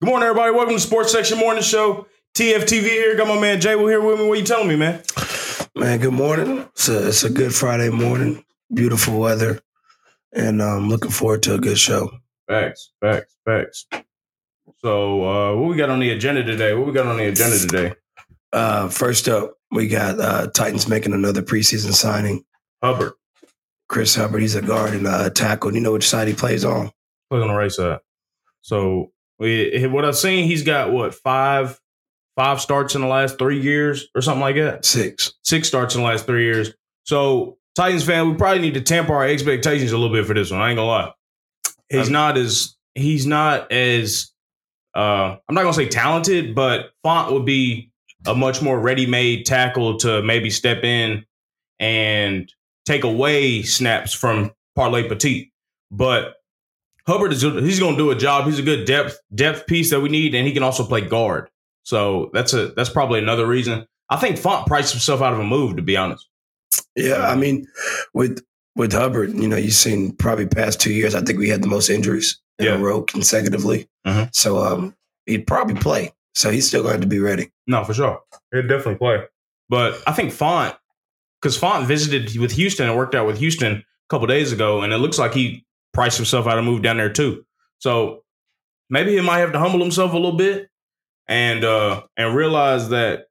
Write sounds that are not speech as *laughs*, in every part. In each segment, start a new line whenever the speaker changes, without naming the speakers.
Good morning, everybody. Welcome to Sports Section Morning Show. TFTV here. Got my man Jay Will here with me. What you telling me, man?
Man, good morning. It's a, it's a good Friday morning. Beautiful weather. And I'm um, looking forward to a good show.
Facts, facts, facts. So, uh, what we got on the agenda today? What we got on the agenda today?
Uh, first up, we got uh, Titans making another preseason signing.
Hubbard
Chris Hubbard, he's a guard and a tackle. You know which side he plays on?
plays on the right side. So, we, what I've seen, he's got what five five starts in the last three years or something like that.
Six.
Six starts in the last three years. So, Titans fan, we probably need to tamper our expectations a little bit for this one. I ain't gonna lie. He's
I'm-
not as he's not as uh, I'm not gonna say talented, but Font would be a much more ready-made tackle to maybe step in and take away snaps from Parlay Petit. But Hubbard is he's going to do a job. He's a good depth depth piece that we need, and he can also play guard. So that's a that's probably another reason. I think Font priced himself out of a move, to be honest.
Yeah, I mean, with with Hubbard, you know, you've seen probably past two years. I think we had the most injuries in
Yeah.
a row consecutively.
Mhm.
So um, he'd probably play. So he's still going to be ready.
No, for sure, he'll definitely play. But I think Font, because Font visited with Houston and worked out with Houston a couple days ago, and it looks like he priced himself out of a move down there too. So maybe he might have to humble himself a little bit and uh and realize that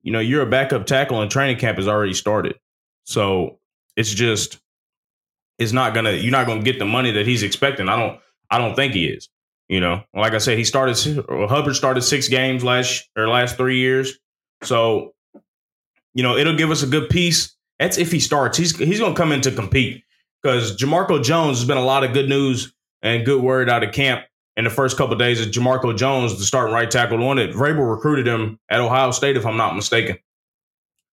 you know you're a backup tackle and training camp has already started. So it's just it's not gonna you're not gonna get the money that he's expecting. I don't I don't think he is. You know, like I said, he started or Hubbard started six games last or last three years. So, you know, it'll give us a good piece. That's if he starts. He's he's gonna come in to compete because Jamarco Jones has been a lot of good news and good word out of camp in the first couple of days of Jamarco Jones, the starting right tackle, the one that Vrabel recruited him at Ohio State, if I'm not mistaken.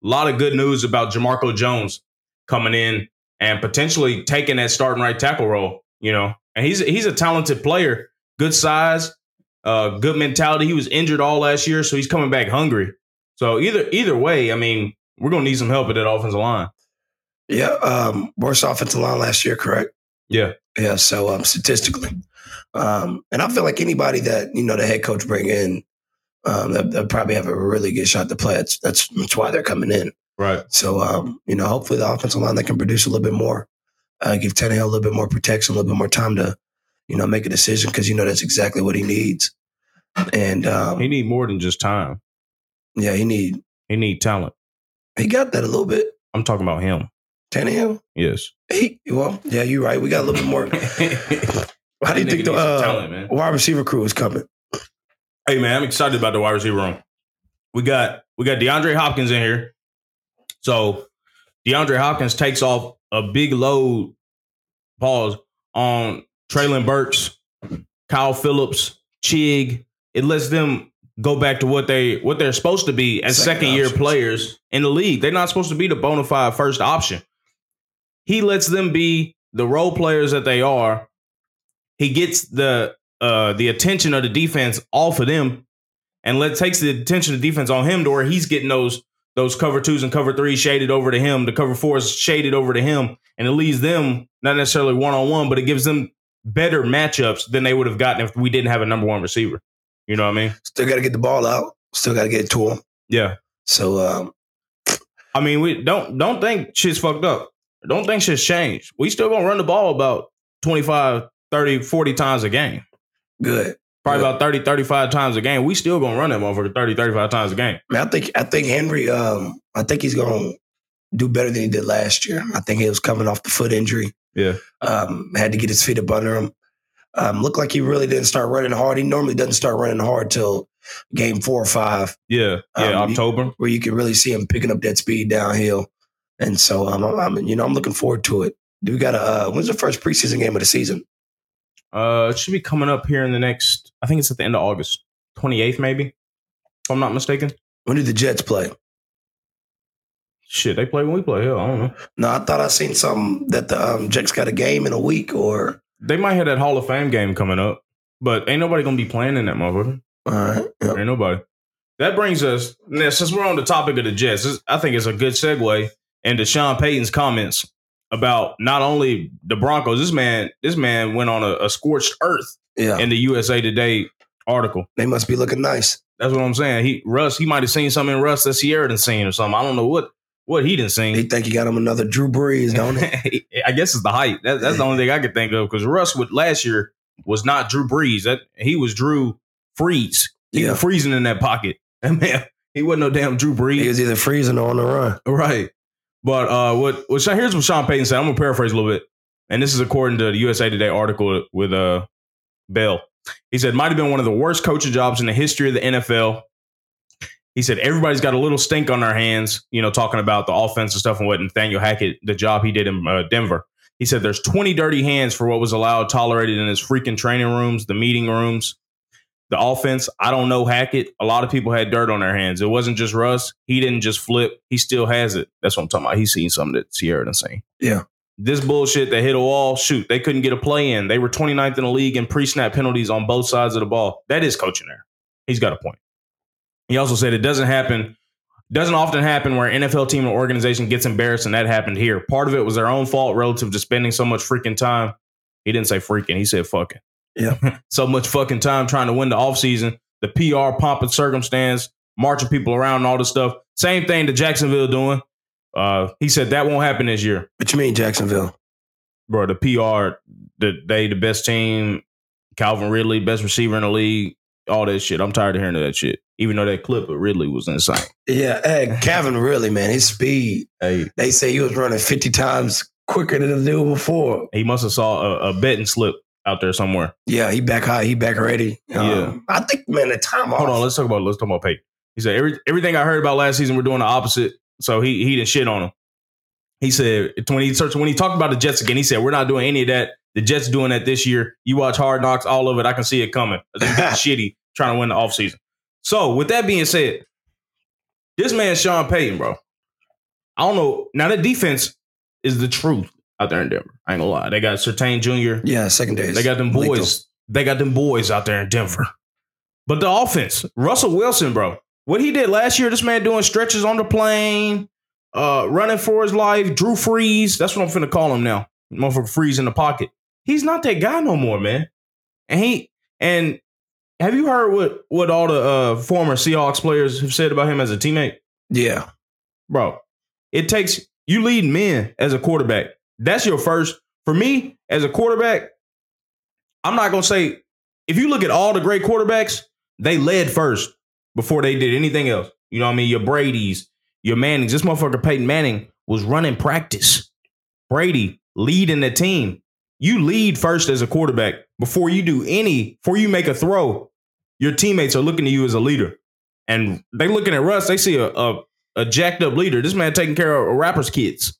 A lot of good news about Jamarco Jones coming in and potentially taking that starting right tackle role. You know, and he's he's a talented player, good size, uh, good mentality. He was injured all last year, so he's coming back hungry. So either either way, I mean, we're gonna need some help at that offensive line.
Yeah, um, worst offensive line last year, correct?
Yeah.
yeah. So um, statistically, um, and I feel like anybody that you know the head coach bring in, um, they'll, they'll probably have a really good shot to play. That's that's, that's why they're coming in.
Right.
So um, you know, hopefully the offensive line that can produce a little bit more, uh, give Tannehill a little bit more protection, a little bit more time to, you know, make a decision because you know that's exactly what he needs. And um,
He need more than just time.
yeah, he need
He need talent.
he got that a little bit.
I'm talking about him.
Tannehill,
*laughs* Yes.
he well, yeah, you're right. We got a
*laughs*
little bit more. How do you
That nigga
think the
needs some
uh,
talent, man?
wide receiver crew is coming?
Hey man, I'm excited about the wide receiver room. We got we got DeAndre Hopkins in here. So DeAndre Hopkins takes off a big load pause on Traylon Burks, Kyle Phillips, Chig. It lets them go back to what they what they're supposed to be as
Second
second year
options.
players in the league. They're not supposed to be the bona fide first option. He lets them be the role players that they are. He gets the uh the attention of the defense off of them and let takes the attention of the defense on him to where he's getting those those cover twos and cover threes shaded over to him, the cover fours shaded over to him, and it leaves them not necessarily one on one, but it gives them better matchups than they would have gotten if we didn't have a number one receiver. You know what I mean?
Still got to get the ball out. Still got to get it to him.
Yeah.
So um,
I mean, we don't don't think shit's fucked up. Don't think shit's changed. We still gonna run the ball about 25, 30, 40 times a game.
good.
Probably
Yeah.
about 30, 35 times a game. We still gonna run that motherfucker 30, 35 times a game.
Man, I think I think Henry. Um, I think he's gonna do better than he did last year. I think he was coming off the foot injury.
Yeah.
Um, had to get his feet up under him. Um, looked like he really didn't start running hard. He normally doesn't start running hard till game four or five,
Yeah. Yeah.
Um, you-
October.
where you can really see him picking up that speed downhill. And so, um, I'm, I'm you know I'm looking forward to it. We got a uh, when's the first preseason game of the season?
Uh, it should be coming up here in the next. I think it's at the end of August, twenty eighth, maybe. If I'm not mistaken.
When did the Jets play?
Shit, they play when we play. Hell, I don't know.
No, I thought I seen something that the um, Jets got a game in a week or
They might have that Hall of Fame game coming up, but ain't nobody gonna be playing in that motherfucker.
all right. uh, yeah.
Ain't nobody. That brings us now, since we're on the topic of the Jets. This, I think it's a good segue into Sean Payton's comments about not only the Broncos. This man, this man went on a, a scorched earth
Yeah.
in the USA Today article.
They must be looking nice.
That's what I'm saying. He Russ, he might have seen something in Russ that Sierra didn't seen or something. I don't know what what he didn't
They
seen.
think you got him another Drew Brees, don't they?
*laughs* I guess it's the height. That, that's the only thing I could think of because Russ with last year was not Drew Brees. That he was Drew Freeze. He
yeah.
was freezing in that pocket. *laughs* That man, he wasn't no damn Drew Brees.
He was either freezing or on the run.
Right. But uh, what, what Sha- here's what Sean Payton said. I'm gonna paraphrase a little bit, and this is according to the USA Today article with uh Bell. He said might have been one of the worst coaching jobs in the history of the NFL. He said everybody's got a little stink on their hands, you know, talking about the offense and stuff and what Nathaniel Hackett, the job he did in uh, Denver. He said there's 20 dirty hands for what was allowed, tolerated in his freaking training rooms, the meeting rooms, the offense. I don't know Hackett. A lot of people had dirt on their hands. It wasn't just Russ. He didn't just flip. He still has it. That's what I'm talking about. He's seen something that Sierra done seen.
Yeah.
This bullshit that hit a wall, shoot, they couldn't get a play in. They were 29th in the league in pre-snap penalties on both sides of the ball. That is coaching there. He's got a point. He also said it doesn't happen, doesn't often happen where an NFL team or organization gets embarrassed, and that happened here. Part of it was their own fault relative to spending so much freaking time. He didn't say freaking, he said fucking.
Yeah.
so much fucking time trying to win the offseason, the PR pomp and circumstance, marching people around and all this stuff. Same thing to Jacksonville doing. Uh, he said that won't happen this year.
What you mean, Jacksonville?
Bro, the PR, the, they the best team, Calvin Ridley, best receiver in the league, all that shit. I'm tired of hearing that shit. Even though that clip of Ridley was insane.
Yeah, hey, Calvin really, man, his speed.
Hey,
They say he was running 50 times quicker than the dude before.
He must have saw a, a betting slip out there somewhere.
Yeah, he back high, he back ready. Um,
Yeah.
I think, man, the time
Hold
off-
on, let's talk about let's talk about Peyton. He said Every, everything I heard about last season, we're doing the opposite. So he he didn't shit on him. He said when he starts when he talked about the Jets again, he said we're not doing any of that. The Jets doing that this year. You watch Hard Knocks, all of it. I can see it coming. They're getting shitty trying to win the offseason. So with that being said, this man Sean Payton, bro. I don't know. Now that defense is the truth out there in Denver. I ain't gonna lie. They got Sertain Jr.
Yeah, secondaries.
They got them
Lethal.
boys. They got them boys out there in Denver. But the offense, Russell Wilson, bro. What he did last year, this man doing stretches on the plane, uh, running for his life, Drew Freeze. That's what I'm finna call him now. Motherfucker Freeze in the pocket. He's not that guy no more, man. And he and have you heard what what all the uh, former Seahawks players have said about him as a teammate?
Yeah.
bro. It takes you lead men as a quarterback. That's your first. For me, as a quarterback, I'm not gonna say if you look at all the great quarterbacks, they led first before they did anything else. You know what I mean? Your Brady's, your Manning's. This motherfucker Peyton Manning was running practice. Brady leading the team. You lead first as a quarterback before you do any, before you make a throw. Your teammates are looking to you as a leader. And they looking at Russ, they see a, a a jacked up leader. This man taking care of a rapper's kids.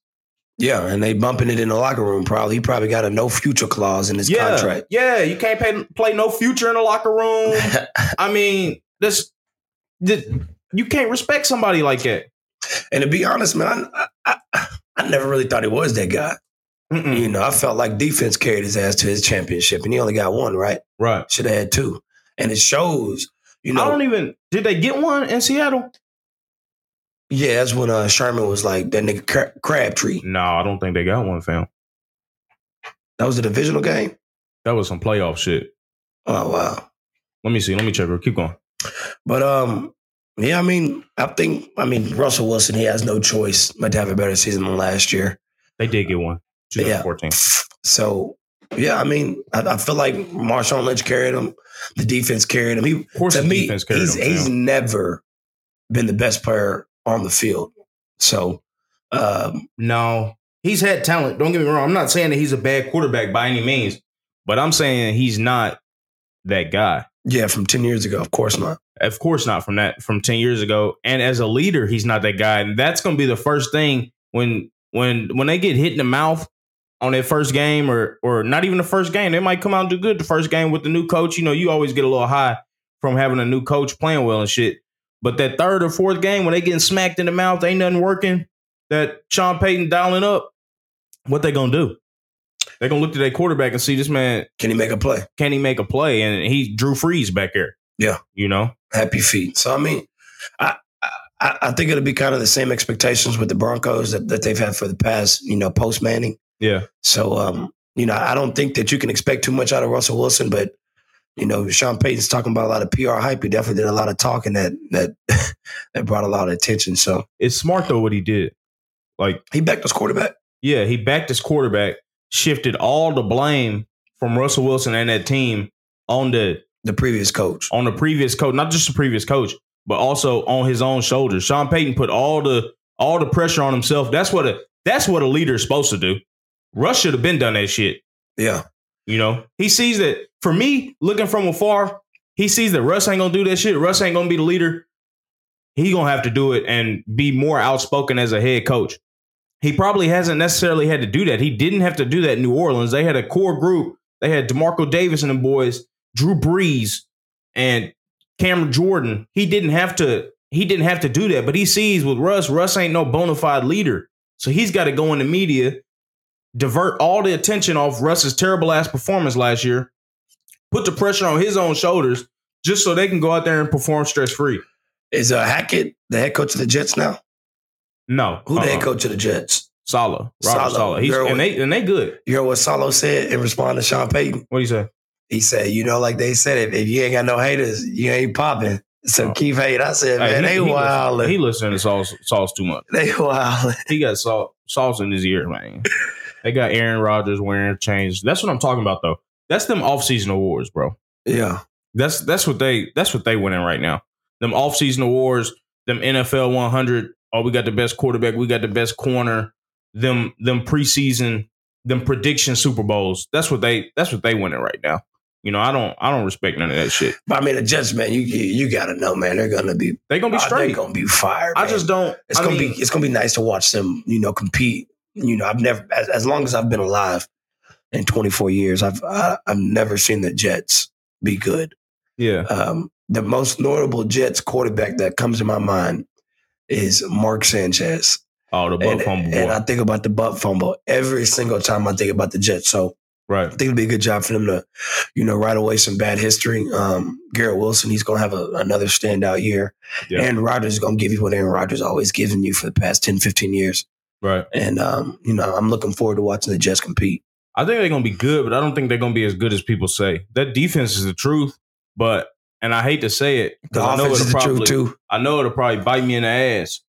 Yeah, and they bumping it in the locker room. Probably he probably got a no future clause in his
yeah,
*laughs* contract.
yeah. You can't pay, play no future in the locker *laughs* room. I mean, this, this you can't respect somebody like that.
and to be honest, man, I, I, I, I never really thought he was that guy.
Mm-mm.
You know, I felt like defense carried his ass to his championship, and he only got one. Right?
Right.
Should have had two. And it shows. You
I
know,
don't even. Did they get one in Seattle?
yeah, that's when uh, Sherman was like that nigga Cra- Crabtree.
No, I don't think they got one, fam.
That was a divisional game.
That was some playoff shit.
Oh wow.
Let me see. Let me check. Keep going.
But um, yeah, I mean, I think I mean Russell Wilson. He has no choice but to have a better season than last year.
They did get one. 2014.
So yeah, I mean, I, I feel like Marshawn Lynch carried him. The defense carried him. He
Of course,
to
the
me,
defense carried
he's,
them.
he's
fam.
never been the best player on the field. So um,
No, he's had talent. Don't get me wrong. I'm not saying that he's a bad quarterback by any means, but I'm saying he's not that guy.
yeah, from ten years ago, of course not.
Of course not from that from 10 years ago. And as a leader, he's not that guy. And that's gonna be the first thing when when when they get hit in the mouth on their first game or or not even the first game. They might come out and do good the first game with the new coach. You know, you always get a little high from having a new coach playing well and shit. But that third or fourth game when they getting smacked in the mouth, ain't nothing working. That Sean Payton dialing up, what they gonna do? They gonna look to their quarterback and see this man
Can he make a play?
can he make a play? And he drew freeze back there.
Yeah.
You know?
Happy feet. So I mean, I I, I think it'll be kind of the same expectations with the Broncos that, that they've had for the past, you know, post Manning.
Yeah.
So um, you know, I don't think that you can expect too much out of Russell Wilson, but you know, Sean Payton's talking about a lot of PR hype. He definitely did a lot of talking that that *laughs* that brought a lot of attention. So
It's smart though what he did. Like,
he backed his quarterback.
yeah, he backed his quarterback, shifted all the blame from Russell Wilson and that team on the
the previous coach.
on the previous coach, not just the previous coach, but also on his own shoulders. Sean Payton put all the all the pressure on himself. That's what a that's what a leader is supposed to do. Russ should have been done that shit.
Yeah.
You know, he sees that for me, looking from afar, he sees that Russ ain't gonna do that shit. Russ ain't gonna be the leader. He gonna have to do it and be more outspoken as a head coach. He probably hasn't necessarily had to do that. He didn't have to do that in New Orleans. They had a core group. They had DeMarco Davis and the boys, Drew Brees, and Cameron Jordan. He didn't have to. He didn't have to do that. But he sees with Russ, Russ ain't no bona fide leader. So he's got to go in the media divert all the attention off Russ's terrible ass performance last year, put the pressure on his own shoulders just so they can go out there and perform stress free.
Is uh, Hackett the head coach of the Jets now?
No,
Who the head
Uh-uh.
coach of the Jets?
Salah, Robert
Salah.
Salah. He's,
They're-
and they and they good.
You heard what Salo said in response to Sean Payton?
What do you say?
He said, you know, like they said, if, if you ain't got no haters, you ain't popping. So
Oh.
Keith Hate, I said,
Hey,
man,
he,
they
he listen- he
wildin'.
listening to sauce sauce too much.
They wildin'.
He got sauce sauce in his ear, man. They got Aaron Rodgers wearing chains. That's what I'm talking about, though. That's them offseason awards, bro.
Yeah.
That's that's what they that's what they winning right now. Them offseason awards, them NFL 100. Oh, we got the best quarterback. We got the best corner. Them them preseason, them prediction Super Bowls. That's what they that's what they winning right now. You know, I don't I don't respect none of that shit.
But I mean, the Jets, man, you you, you got to know, man, they're going to be,
They gonna be
oh, they're
straight.
going to be fired.
I just don't.
It's
I
gonna
mean,
be it's gonna be nice to watch them, you know, compete. You know, I've never as, as long as I've been alive in 24 years, I've I, I've never seen the Jets be good.
yeah.
Um, the most notable Jets quarterback that comes to my mind is Mark Sanchez,
Oh, the butt
and,
fumble.
and
boy.
I think about the butt fumble every single time I think about the Jets. So I
right.
think it'd be a good job for them to, you know, right away some bad history. Um, Garrett Wilson, he's gonna have a, another standout year.
Yeah.
Aaron Rodgers is gonna give you what Aaron Rodgers always given you for the past 10, 15 years.
Right.
And um, you know, I'm looking forward to watching the Jets compete.
I think they're gonna be good, but I don't think they're gonna be as good as people say. That defense is the truth, but and I hate to say it
The
'cause I know
offense
it'll
is the
probably-
truth too.
I know it'll probably bite me in the ass.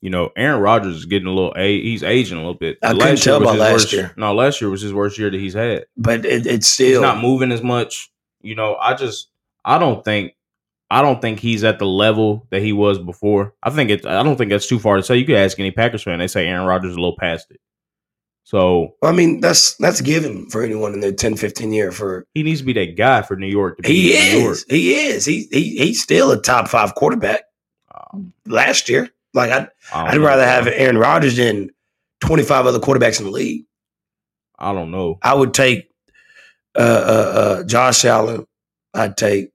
You know, Aaron Rodgers is getting a little. A- he's aging a little bit.
I couldn't tell
was
about
his
last
worst-
year.
No, last year was his worst year that he's had.
But it,
He's
it's still
not moving as much. You know, I just I don't think I don't think he's at the level that he was before. I think it. I don't think that's too far to say. You could ask any Packers fan; they say Aaron Rodgers is a little past it. So
I mean, that's that's given for anyone in their 10, 15 year for
he needs to be that guy for New York. To be
he
in New York.
is. He is. He he he's still a top five quarterback
Um,
last year. Like I
I don't
I'd
know.
rather have Aaron Rodgers than 25 other quarterbacks in the league.
I don't know.
I would take uh, uh, uh, Josh Allen. I'd take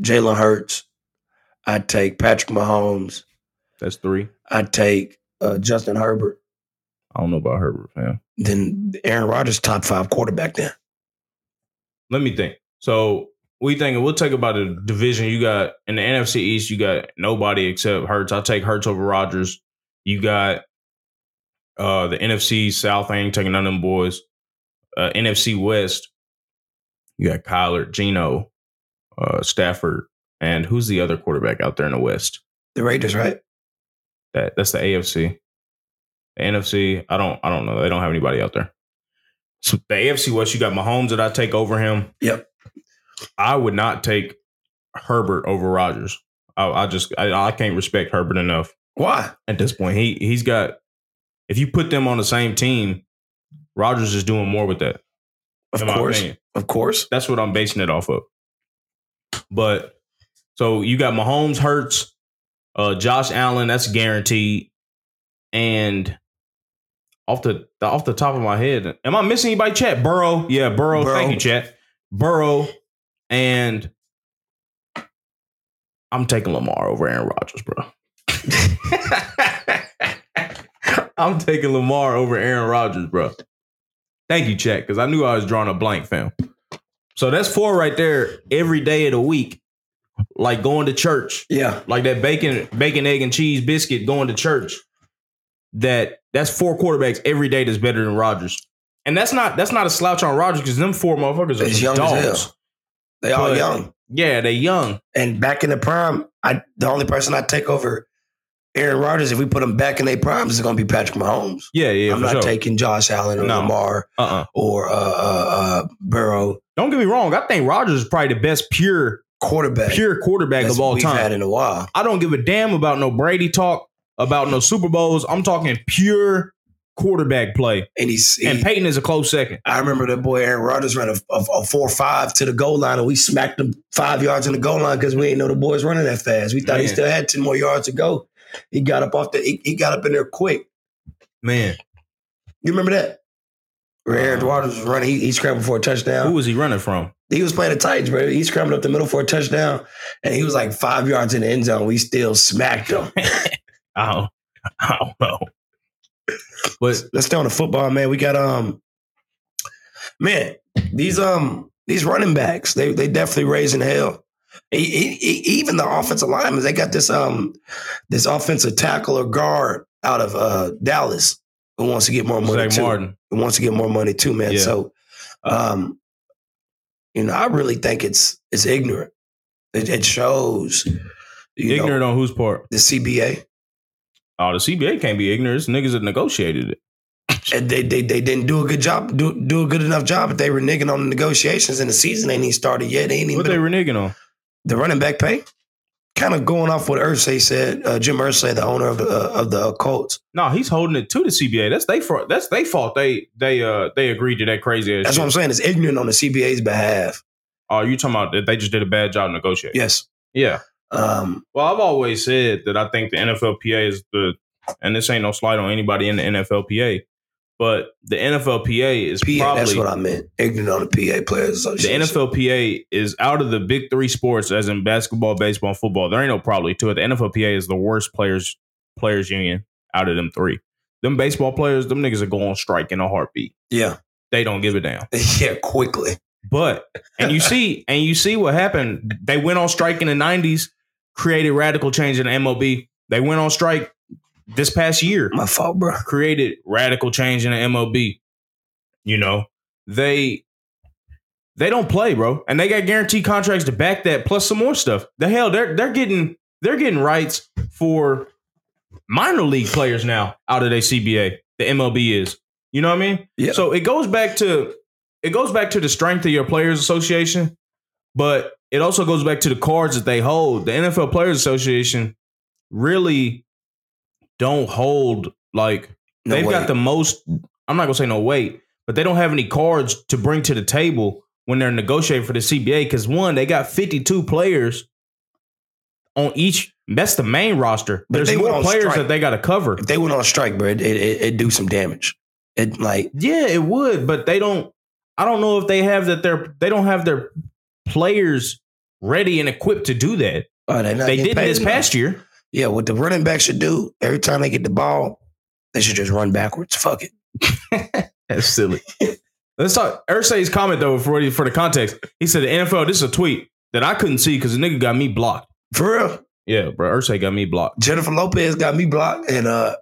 Jalen Hurts. I'd take Patrick Mahomes.
That's three.
I'd take uh, Justin Herbert.
I don't know about Herbert, fam.
Then Aaron Rodgers, top five quarterback then.
let me think. So we thinking we'll take about the division. You got in the NFC East, you got nobody except Hurts. I'll take Hurts over Rodgers. You got uh the NFC South, I ain't taking none of them boys. Uh NFC West, you got Kyler, Gino, uh Stafford, and who's the other quarterback out there in the West?
The Raiders, right?
That that's the AFC. The NFC, I don't I don't know. They don't have anybody out there. So the AFC West, you got Mahomes that I take over him.
Yep.
I would not take Herbert over Rodgers. I, I just I, I can't respect Herbert enough
Why?
at this point. He he's got if you put them on the same team, Rodgers is doing more with that.
Of
in my
course.
opinion.
Of course.
That's what I'm basing it off of. But so you got Mahomes, Hurts, uh, Josh Allen. That's guaranteed. And off the off the top of my head, am I missing anybody? Chat Burrow, yeah, Burrow.
Burrow.
Thank you, Chat Burrow, and I'm taking Lamar over Aaron Rodgers, bro. *laughs* I'm taking Lamar over Aaron Rodgers, bro. Thank you, Chat, because I knew I was drawing a blank, fam. So that's four right there every day of the week, like going to church,
Yeah.
like that bacon, bacon, egg, and cheese biscuit going to church. That that's four quarterbacks every day that's better than Rodgers, and that's not that's not a slouch on Rodgers because them four motherfuckers are
He's
some
young as
dogs.
hell. They all
But-
young.
Yeah, they young.
And back in the prime, I the only person I take over Aaron Rodgers, if we put him back in their primes, is going to be Patrick Mahomes.
Yeah, yeah,
I'm
for
not
sure.
taking Josh Allen or
No.
Lamar
uh uh
or uh, uh, uh, Burrow
Don't get me wrong. I think Rodgers is probably the best pure
quarterback.
pure quarterback
that's
of all
we've
time.
had in a while.
I don't give a damn about no Brady talk, about no Super Bowls. I'm talking pure quarterback play.
And he's he,
And Peyton is a close second.
I remember that boy Aaron Rodgers ran a, a, a four five to the goal line, and we smacked him five yards in the goal line because we didn't know the boys running that fast. We thought he
Man.
still had ten more yards to go. He got up off the. He, he got up in there quick.
Man,
You remember that? Where
Uh-huh.
Aaron Rodgers was running, he, he scrambled for a touchdown.
who was he running from?
He was playing the Titans, bro. He scrambled up the middle for a touchdown, and he was like five yards in the end zone. We still smacked him.
I don't, *laughs* I don't know. But
Let's stay on the football, man. We got um, man, these um, these running backs, they they definitely raising hell. E- e- e- even the offensive linemen, they got this um, this offensive tackle or guard out of uh Dallas who wants to get more money
Zach
too.
Martin,
Who wants to get more money too, man.
Yeah.
So, um, you know, I really think it's it's ignorant. It, it shows, you know,
ignorant on whose part?
the CBA.
Oh, the CBA can't be ignorant. It's niggas that negotiated it.
and they, they they didn't do a good job, do do a good enough job. But they were nigging on the negotiations, and the season ain't even started yet. They ain't even
What they
been-
were nigging on?
the running back pay. Kind of going off what Ursay said, uh, Jim Ursay, the owner of the uh, of the Colts.
No, he's holding it to the CBA. That's they fault. That's they fault. They they uh they agreed to that crazy ass.
That's what
shit.
I'm saying. It's ignorant on the CBA's behalf.
Oh, you talking about that they just did a bad job negotiating?
Yes.
yeah.
Um,
Well, I've always said that I think the NFLPA is the, and this ain't no slight on anybody in the NFLPA, but the NFLPA is
PA, that's
probably
what I meant. Ignorant on the PA Players
the
Association.
NFLPA is out of the big three sports, as in basketball, baseball, and football. There ain't no probably to it. The NFLPA is the worst players players union out of them three. Them baseball players, them niggas are going on strike in a heartbeat.
Yeah.
They don't give a damn.
*laughs* Yeah, quickly.
But and you see and you see what happened. They went on strike in the nineties, created radical change in the MLB. They went on strike this past year,
My fault, bro.
created radical change in the MLB. You know, they they don't play, bro, and they got guaranteed contracts to back that, plus some more stuff. The hell, they're they're getting they're getting rights for minor league players now out of their CBA. The MLB is, you know what I mean?
Yeah.
So it goes back to it goes back to the strength of your players association, but it also goes back to the cards that they hold. The NFL Players Association really don't hold like
No
they've
way.
got the most. I'm not gonna say no weight, but they don't have any cards to bring to the table when they're negotiating for the CBA. Because one, they got 52 players on each. That's the main roster.
But
There's
they went
more
on
players
strike.
that they got to cover.
If they went on strike, bro, it it, it it'd do some damage. It like
Yeah, it would, but they don't. I don't know if they have that. Their they don't have their players ready and equipped to do that.
oh, they're not
they
getting
did
paid
this
enough.
past year.
Yeah, what the running back should do every time they get the ball, they should just run backwards. Fuck it.
That's silly. Let's talk. Ursay's comment though for for the context. He said the NFL. This is a tweet that I couldn't see because the nigga got me blocked.
For real.
Yeah, bro. Ursay got me blocked.
Jennifer Lopez got me blocked and uh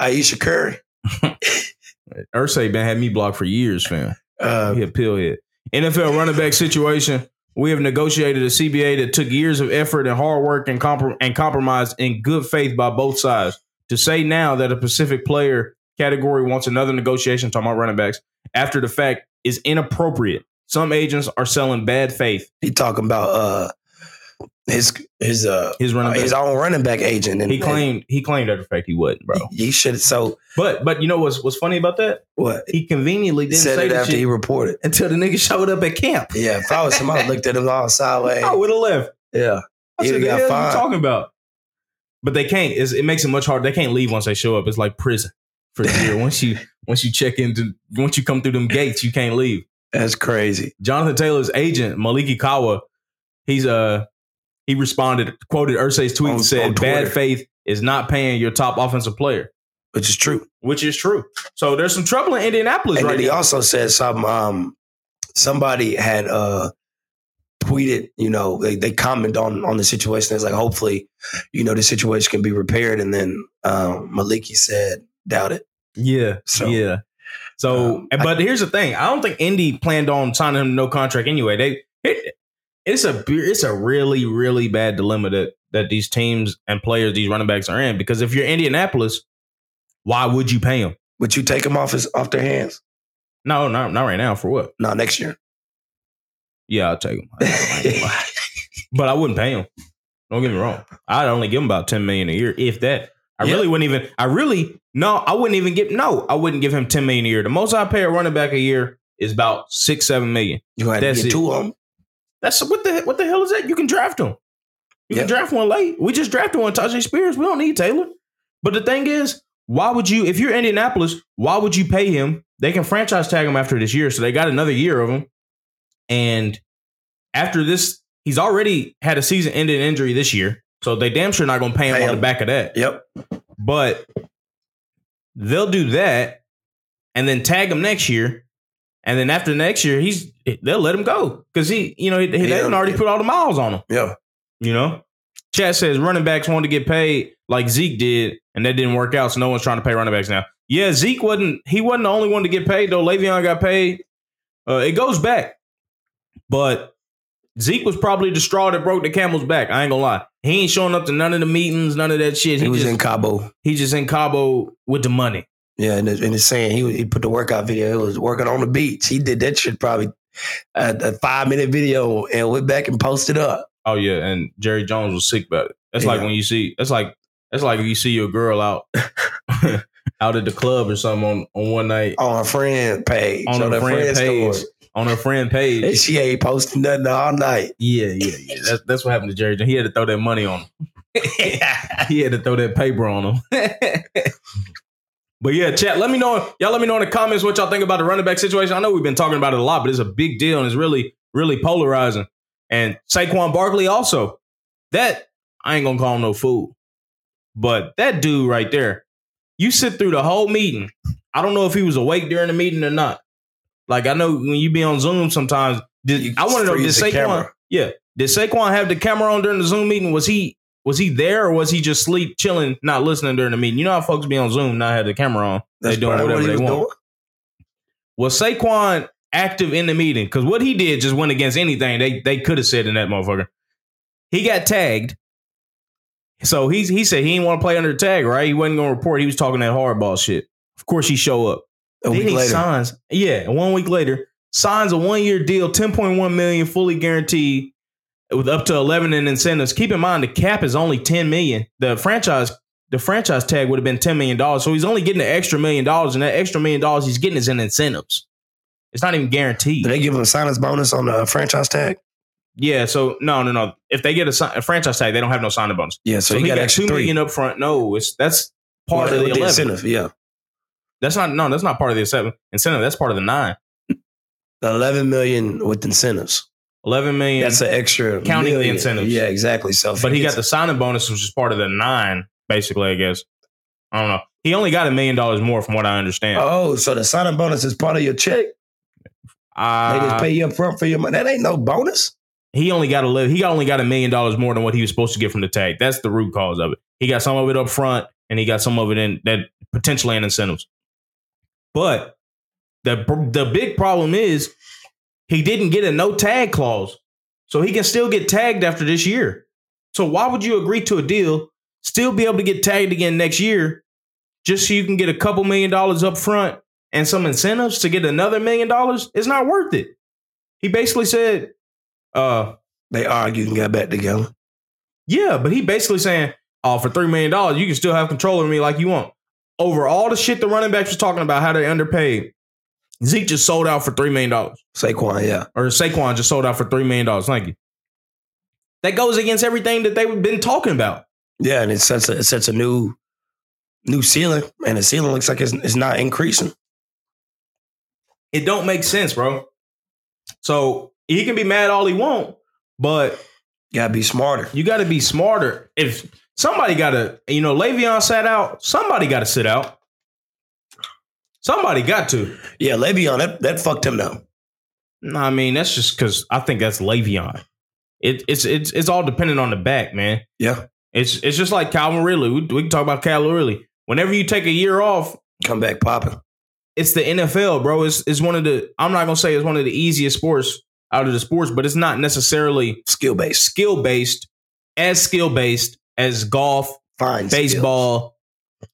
Aisha Curry.
Ursay been had me blocked for years, fam.
Uh,
He a pill head. NFL running back situation. We have negotiated a CBA that took years of effort and hard work and, comprom- and compromise in good faith by both sides. To say now that a Pacific player category wants another negotiation, talking about running backs, after the fact is inappropriate. Some agents are selling bad faith.
He talking about uh his his uh
His running back.
his own running back agent and
he claimed he claimed after the fact he wouldn't,
*laughs*
bro.
and he should so
But but you know what's what's funny about that?
what
He conveniently
he
didn't
said
say
it
that
after
shit
he reported.
until the nigga showed up at camp.
Yeah, if I was him, I'd looked at him all
*laughs*
sideways.
I would have left.
Yeah.
I said,
Either
the
got
hell you
fined.
talking about? But they can't. It's, it makes it much harder. They can't leave once they show up. It's like prison
*laughs*
for the year. Once you once you check into once you come through them gates, you can't leave.
That's crazy.
Jonathan Taylor's agent Maliki Kawa, he's uh he responded quoted Ursay's tweet
On-
and
on
said,
Twitter.
"Bad faith is not paying your top offensive player,"
Which is true.
which is true. So there's some trouble in Indianapolis
And
right
then he
now.
also said something. Um, somebody had uh, tweeted, you know, they, they comment on on the situation. It's like, hopefully, you know, the situation can be repaired. And then um, Maliki said, doubt it.
Yeah.
So-
yeah. So,
Um,
and- but here's the thing: I don't think Indy planned on signing him to no contract anyway. They it, it's a it's a really really bad dilemma that that these teams and players these running backs are in because if you're Indianapolis, why would you pay them?
Would you take them off his off their hands?
No, not not right now. For what?
No, next year.
Yeah, I'll take them, but I wouldn't pay them. Don't get me wrong. I'd only give them about ten million a year, if that. I
Yeah.
really wouldn't even. I really no. I wouldn't even give. No, I wouldn't give him ten million a year. The most I pay a running back a year is about six seven million.
*laughs* you had to
That's
get
it.
two of them.
That's what the what the hell is that? You can draft them. You
Yeah.
can draft one late. We just drafted one, Tajay Spears. We don't need Taylor. But the thing is, why would you? If you're Indianapolis, why would you pay him? They can franchise tag him after this year, so they got another year of him. And after this, he's already had a season-ending injury this year, so they damn sure not going to pay him
Pay
on
him.
the back of that.
Yep.
But they'll do that, and then tag him next year, and then after next year, he's they'll let him go because he, you know, he, they
Yeah.
done already put all the miles on him.
Yeah.
You know, Chad says running backs wanted to get paid like Zeke did, and that didn't work out. So no one's trying to pay running backs now. Yeah, Zeke wasn't. He wasn't the only one to get paid though. Le'Veon got paid. Uh, it goes back, but Zeke was probably the straw that broke the camel's back. I ain't gonna lie. He ain't showing up to none of the meetings, none of that shit.
He,
He,
was
just
in Cabo.
he just in Cabo with the money.
Yeah, and, it- and it's saying he he put the workout video. He was working on the beach. He did that shit probably a, a five minute video and went back and posted up.
Oh yeah, and Jerry Jones was sick about it. That's like
Yeah.
when you see that's like that's like if you see your girl *laughs* out out at the club or something on, on one night
on her friend page.
On
On,
her
her
friend
friend,
page.
Story.
on her friend page.
And she ain't posting nothing
*laughs*
all night.
Yeah, yeah, yeah. That's that's what happened to Jerry Jones. He had to throw that money on him. *laughs* he had to throw that paper on him. *laughs* but yeah, chat. Let me know, y'all. Let me know in the comments what y'all think about the running back situation. I know we've been talking about it a lot, but it's a big deal and it's really, really polarizing. And Saquon Barkley also. That I ain't gonna call him no fool, but that dude right there. You sit through the whole meeting. I don't know if he was awake during the meeting or not. Like I know when you be on Zoom sometimes. Did,
You
I want to know did
freeze the
Saquon?
camera.
Yeah, did Saquon have the camera on during the Zoom meeting? Was he was he there or was he just sleep chilling, not listening during the meeting? You know how folks be on Zoom not have the camera on.
That's
they doing
probably
whatever
what he
they
was
want.
doing.
Was Saquon active in the meeting? Because what he did just went against anything they they could have said in that motherfucker. He got tagged. So he he said he didn't want to play under tag, right? He wasn't gonna report. He was talking that hardball shit. Of course he show up.
A
then
week
he
later,
signs, yeah, one week later, signs a one year deal, ten point one million, fully guaranteed, with up to eleven in incentives. Keep in mind the cap is only ten million. The franchise, the franchise tag would have been ten million dollars, so he's only getting an extra million dollars, and that extra million dollars he's getting is in incentives. It's not even guaranteed.
did they give him a silence bonus on the uh, franchise tag?
yeah, so no, no, no. If they get a, si- a franchise tag, they don't have no signing bonus.
Yeah, so,
So,
he, got, extra
two
three.
million up front. No, it's that's part of
Well,
the
with the
eleven.
incentive. Yeah,
That's not no, that's not part of the seven incentive. That's part of the nine.
the eleven million with incentives.
Eleven million.
That's an extra
Counting the
million.
incentives.
Yeah, exactly. So, if
But he got
gets-
the signing bonus, which is part of the nine, basically, I guess. I don't know. He only got a million dollars more from what I understand.
Oh, so the signing bonus is part of your check. They
Uh,
just pay you up front for your money. That ain't no bonus.
he only got a li- he only got a million dollars more than what he was supposed to get from the tag. That's the root cause of it. He got some of it up front and he got some of it in that potentially in incentives. But the the big problem is he didn't get a no tag clause. So he can still get tagged after this year. So why would you agree to a deal, still be able to get tagged again next year, just so you can get a couple million dollars up front and some incentives to get another million dollars? It's not worth it. He basically said, uh,
They argued and got back together.
yeah, but he basically saying, oh, for three million dollars, you can still have control over me like you want. Over all the shit the running backs was talking about, how they underpaid, Zeke just sold out for three million dollars,
Saquon, yeah.
or Saquon just sold out for three million dollars. Thank you. That goes against everything that they've been talking about.
Yeah, and it sets a, it sets a new new ceiling, and the ceiling looks like it's, it's not increasing.
It don't make sense, bro. So he can be mad all he want, but
You gotta be smarter.
You got to be smarter. If somebody got to, you know, Le'Veon sat out. Somebody got to sit out. Somebody got to.
Yeah, Le'Veon, that, that fucked him though.
No, I mean that's just because I think that's Le'Veon. It, it's it's it's all dependent on the back, man.
Yeah.
It's it's just like Calvin Ridley. We, we can talk about Calvin Ridley. Whenever you take a year off,
Come back popping.
it's the NFL, bro. It's it's one of the I'm not gonna say it's one of the easiest sports out of the sports, but it's not necessarily
Skill based.
skill based, as skill based as golf,
Fine. skills.
baseball,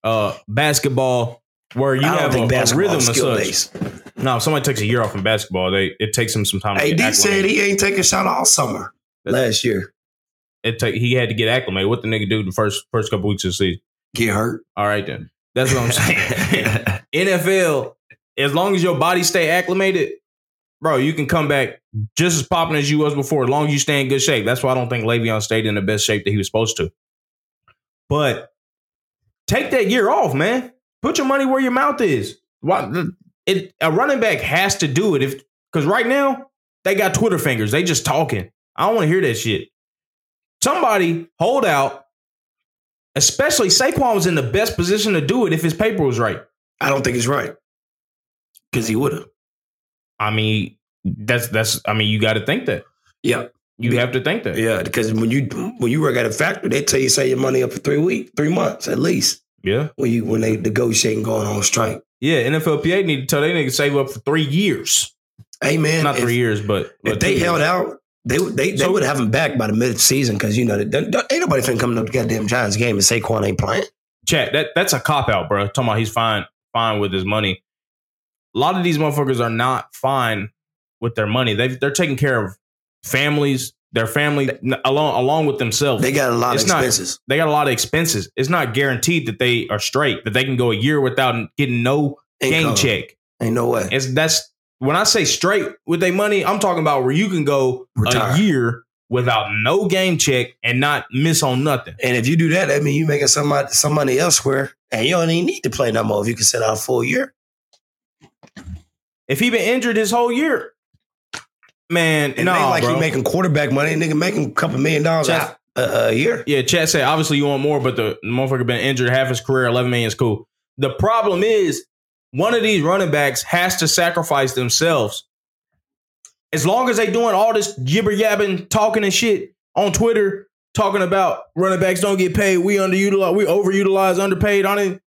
uh, basketball, where you
I don't
have a,
think
a
basketball
rhythm
is
and
skill
such.
based.
No, if somebody takes a year off from basketball, they it takes them some time. to get
AD said
acclimated.
he ain't taking a shot all summer last year.
it take, he had to get acclimated. What the nigga do the first first couple weeks of the season?
Get
*laughs*
*laughs* hurt.
All right then, that's what I'm saying.
*laughs*
NFL, as long as your body stay acclimated, bro, you can come back just as popping as you was before, as long as you stay in good shape. That's why I don't think Le'Veon stayed in the best shape that he was supposed to. But take that year off, man. Put your money where your mouth is. Why it a running back has to do it if because right now they got Twitter fingers. They just talking. I don't want to hear that shit. Somebody hold out. Especially Saquon was in the best position to do it if his paper was right.
I don't think it's right. Because he would have.
I mean, that's that's. I mean, you got to think that.
Yeah.
You have to think that.
Yeah. Because when you when you work at a factory, they tell you save your money up for three weeks, three months at least.
Yeah.
When you when they negotiating going on strike.
Yeah. NFLPA need to tell they niggas save up for three years.
Hey man,
Not
if,
three years, but
if
but
they
two
held
years.
out, they would they, they
So-
would have him back by the mid season because you know that that- ain't nobody finna come up to goddamn Giants game and say Quan ain't playing.
chat that that's a cop out, bro. Talking about he's fine fine with his money. A lot of these motherfuckers are not fine with their money. They they're taking care of families, their family n- along along with themselves.
They got a lot
It's
of
not-
expenses.
they got a lot of expenses. It's not guaranteed that they are straight, that they can go a year without getting no game
Income.
check.
Ain't no way.
It's that's when I say straight with their money, I'm talking about where you can go
Retire.
a year without no game check and not miss on nothing.
And if you do that, that means you making some mon- some money elsewhere, and you don't even need to play no more if you can sit out a full year.
If he been injured his whole year, man,
And
no,
they like
bro.
you making quarterback money, nigga making a couple million dollars
Jeff-
a, a, a year.
yeah, Chad said obviously you want more, but the motherfucker been injured half his career. Eleven million is cool. The problem is one of these running backs has to sacrifice themselves. As long as they doing all this jibber yabbing, talking and shit on Twitter, talking about running backs don't get paid, we underutilized, we overutilized, underpaid on it.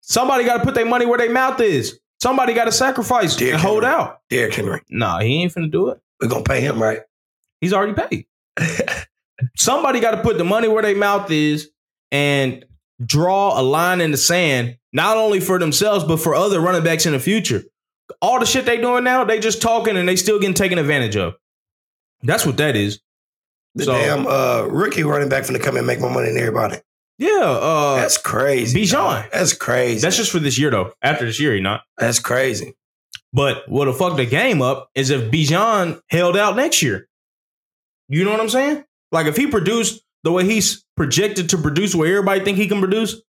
Somebody got to put their money where their mouth is. Somebody got to sacrifice
Dear
and hold
Henry.
out.
Derrick Henry,
Nah, he ain't finna do it.
we're gonna pay him right.
He's already paid. Somebody got to put the money where their mouth is and draw a line in the sand, not only for themselves, but for other running backs in the future. All the shit they doing now, they just talking and they still getting taken advantage of. That's what that is.
The
So-
damn uh, rookie running back finna come and make more money than everybody.
Yeah. Uh, that's,
that's crazy.
Bijan.
dog. That's crazy. That's,
just for this year, though. After this year, he not.
crazy.
But what'll fuck the game up is if Bijan held out next year. You know what I'm saying? Like if he produced the way he's projected to produce, where everybody think he can produce,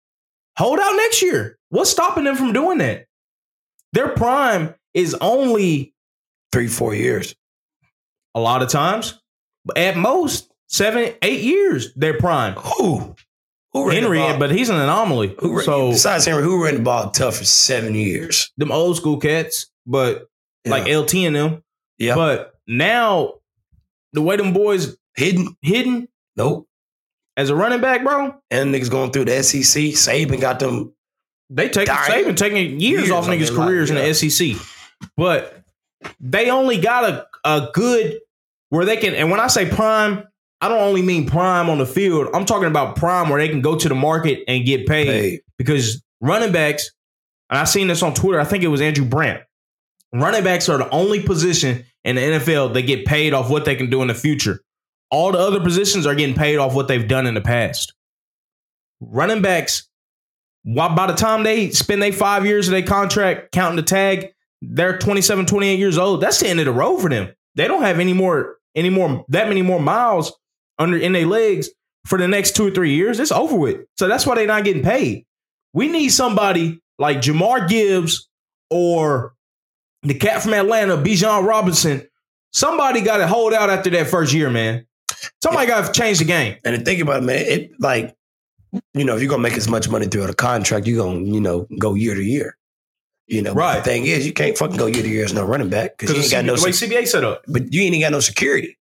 hold out next year. What's stopping them from doing that? Their prime is only
Three, four years.
a lot of times, at most seven, eight years. Their prime.
Who? Who ran
Henry,
the ball?
but he's an anomaly.
who ran,
So
besides Henry, who ran the ball tough for seven years?
them old school cats, but like
yeah.
LT and them.
yeah.
But now the way them boys
hidden.
hidden
Nope.
as a running back, bro,
And niggas going through the SEC. Saban got them.
they take
Dying.
Saban taking years,
Years
off
on
niggas'
their life,
careers in
yeah.
the SEC, but they only got a a good where they can. And when I say prime, I don't only mean prime on the field. I'm talking about prime where they can go to the market and get paid
Hey,
because running backs. And I seen this on Twitter. I think it was Andrew Brandt. Running backs are the only position in the NFL that get paid off what they can do in the future. All the other positions are getting paid off what they've done in the past. Running backs, why by the time they spend their five years of their contract counting the tag, they're 27, 28 years old. That's the end of the road for them. They don't have any more, any more, that many more miles under in their legs for the next two or three years. It's over with. So that's why they're not getting paid. We need somebody like Jamar Gibbs or the cat from Atlanta, Bijan Robinson. Somebody got to hold out after that first year, man. Somebody got to change the game.
and to think about it, man, it like, you know, if you're gonna make as much money throughout a contract, you're gonna, you know, go year to year. You know, but
Right.
the thing is, you can't fucking go year to year as no running back because you ain't
Because the,
got no,
the way
sec-
CBA set up,
but you ain't even got no security.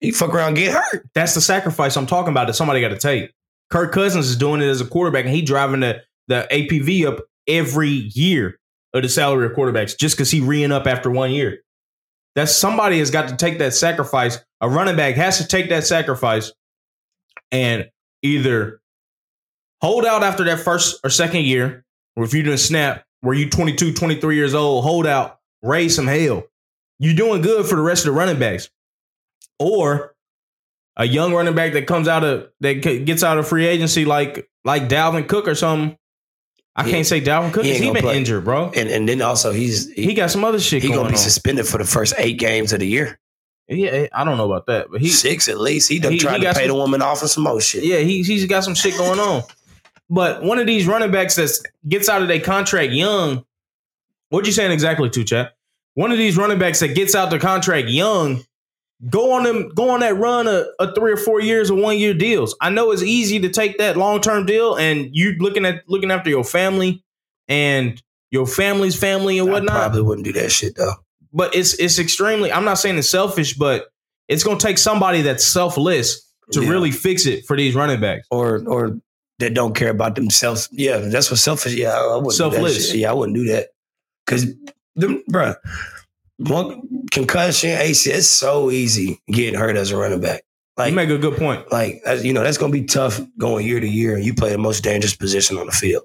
You fuck around, and get hurt.
that's the sacrifice I'm talking about that somebody got to take. Kirk Cousins is doing it as a quarterback, and he driving the, the APV up every year of the salary of quarterbacks just because he re-ing up after one year. that somebody has got to take that sacrifice. A running back has to take that sacrifice and either hold out after that first or second year, or if you didn't snap, where you 22, 23 years old, hold out, raise some hell. You're doing good for the rest of the running backs. Or a young running back that comes out of that gets out of free agency like like Dalvin Cook or something. I
He-
can't say Dalvin Cook
he
'cause
ain't
he,
gonna
been
play.
injured, bro.
And and then also he's
he
he,
got some other shit
he
going
gonna be
on.
suspended for the first eight games of the year.
yeah, eh, I don't know about that, but he
Six at least. He
he-
done
he
tried to
got
pay
some-
the woman off and some more shit.
yeah, he he's got some shit going on. But one of these running backs that gets out of their contract young, what you saying exactly, two chat? One of these running backs that gets out the contract young, go on them, go on that run of, of three or four years or one year deals. I know it's easy to take that long term deal, and you looking at looking after your family and your family's family and
I
whatnot.
probably wouldn't do that shit though.
but it's it's extremely. I'm not saying it's selfish, but it's gonna take somebody that's selfless to
Yeah.
really fix it for these running backs.
Or or that don't care about themselves. Yeah, that's what selfish. Yeah, I wouldn't Do that
Selfless.
shit. Yeah, I wouldn't do that because them, bruh, one concussion, AC. It's so easy getting hurt as a running back. Like
you make a good point.
like as- you know that's gonna be tough going year to year and you play the most dangerous position on the field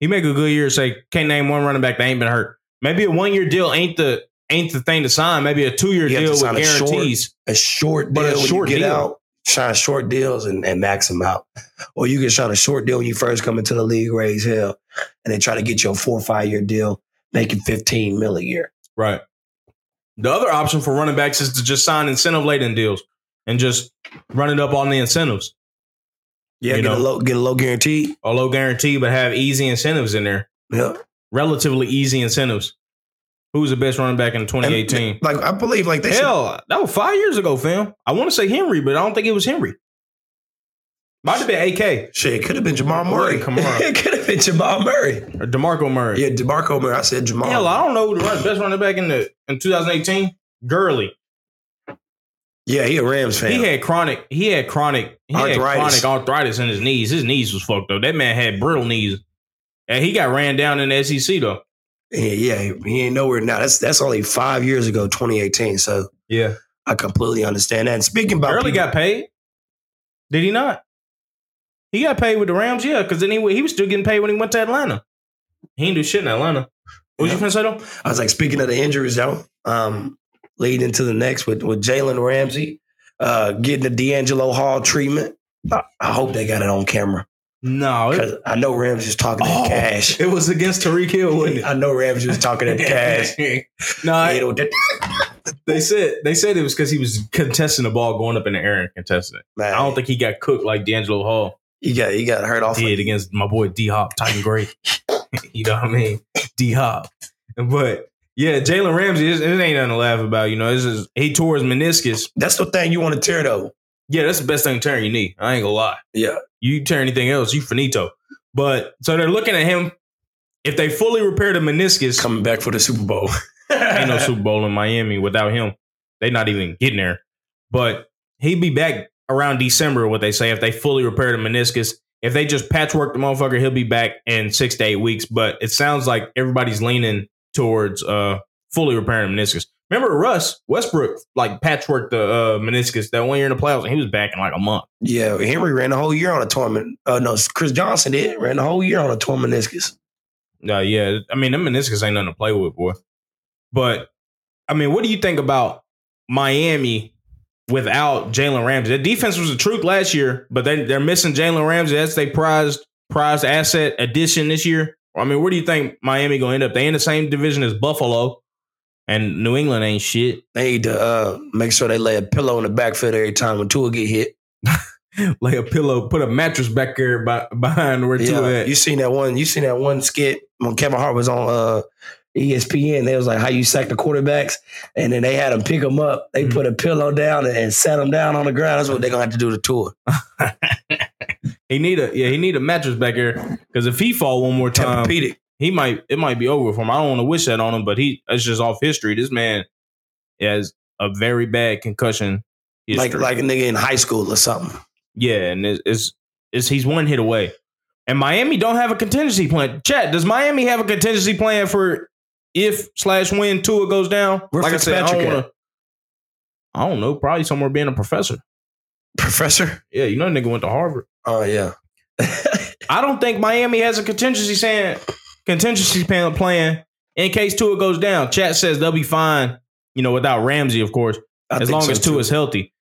He make a good year. Say can't name one running back that ain't been hurt. Maybe a one year deal ain't the ain't the thing to sign. Maybe a two year
You have
deal
to
with
sign a short-
guarantees.
a short
But
deal
a
when
short
you get
deal.
out try short deals and, and max them out or you can try a short deal when you first come into the league raise hell and then try to get your four or five year deal making 15 mil a year
Right. The other option for running backs is to just sign incentive laden deals and just run it up on the incentives,
yeah
You
get,
know.
a low, get a low guarantee
a low guarantee, but have easy incentives in there,
yeah
relatively easy incentives. Who was the best running back in 2018?
like i believe like they should-
Hell, that was five years ago, fam. I want to say Henry, but I don't think it was Henry. Might have been AK
shit it could have been jamal murray
Come on.
*laughs* it could have been jamal murray
or Demarco Murray.
yeah demarco murray i said jamal
Hell, I don't know who the run- best running back in the in 2018. Gurley.
yeah he a rams fan
He had chronic. He had chronic. He
Arthritis.
had chronic arthritis in his knees. His knees was fucked up. That man had brittle knees, and he got ran down in the SEC though.
Yeah, yeah, he- he ain't nowhere now. That's that's only five years ago, 2018. So
Yeah,
I completely understand that. And speaking about
Gurley
people-
got paid. Did he not? He got paid with the Rams, yeah, because then he wa- he was still getting paid when he went to Atlanta. He didn't do shit in Atlanta. What was you finna say though?
I was like, speaking of the injuries though, um, leading to the next with with Jalen Ramsey uh, getting the D'Angelo Hall treatment. I, I hope they got it on camera
No, it,
because I know Ramsey's talking
Oh. *laughs*
that cash.
it was against Tariq Hill, wasn't it?
I know Ramsey was talking *laughs*
*laughs*
that cash.
no, it-
You know, that-
they said they said it was because he was contesting the ball going up in the air and contesting it.
man,
I don't think he got cooked like D'Angelo Hall
he got he got hurt off.
did against my boy D Hop, Titan Great. *laughs* you know what I mean? D Hop. But yeah, Jalen Ramsey, it, it ain't nothing to laugh about. You know, this is he tore his meniscus.
That's the thing you want to tear though.
Yeah, that's the best thing tearing your knee. I ain't gonna lie.
Yeah,
You tear anything else, you finito. But so they're looking at him. If they fully repair the meniscus,
coming back for the Super Bowl. *laughs*
ain't no Super Bowl in Miami without him. They not even getting there. But he'd be back around December, what they say, if they fully repair the meniscus. If they just patchwork the motherfucker, he'll be back in six to eight weeks. But it sounds like everybody's leaning towards uh fully repairing the meniscus. Remember Russ Westbrook like patchworked the uh, meniscus that one year in the playoffs, and he was back in like a month.
Yeah, Henry ran the whole year on a torment. Uh, no, Chris Johnson did ran the whole year on a torn meniscus.
Uh, yeah, I mean, them meniscus ain't nothing to play with, boy. But I mean, what do you think about Miami without Jalen Ramsey? Their defense was the truth last year, but they they're missing Jalen Ramsey. That's their prized prized asset addition this year. I mean, where do you think Miami gonna end up? They in the same division as Buffalo, and New England ain't shit. *laughs*
They need to uh, make sure they lay a pillow in the backfield every time when Tua get hit.
Lay a pillow, put a mattress back there by, behind where two
Yeah,
at.
you seen that one? You seen that one skit when Kevin Hart was on uh, ESPN? They was like, "How you sack the quarterbacks?" And then they had him pick him up. They
Mhm.
put a pillow down and, and sat him down on the ground. That's what they're gonna have to do to
Um,
Tua.
He need a yeah, he need a mattress back there because if he fall one more time,
Tempur-Pedic.
he might it might be over for him. I don't want to wish that on him, but he that's just off history. This man has a very bad concussion history.
like like a nigga in high school or something.
yeah, and it's, it's it's he's one hit away. And Miami don't have a contingency plan. Chat, does Miami have a contingency plan for if slash when Tua goes down?
Where
like I said, I
Fitzpatrick
don't
at?
want to. I don't know, probably somewhere being a professor.
Professor?
Yeah, you know, that nigga went to Harvard.
Oh yeah.
I don't think Miami has a contingency saying contingency plan plan in case Tua goes down. Chat says they'll be fine. You know, without Ramsey, of course,
I
as
think
long
so,
as Tua
too.
is healthy,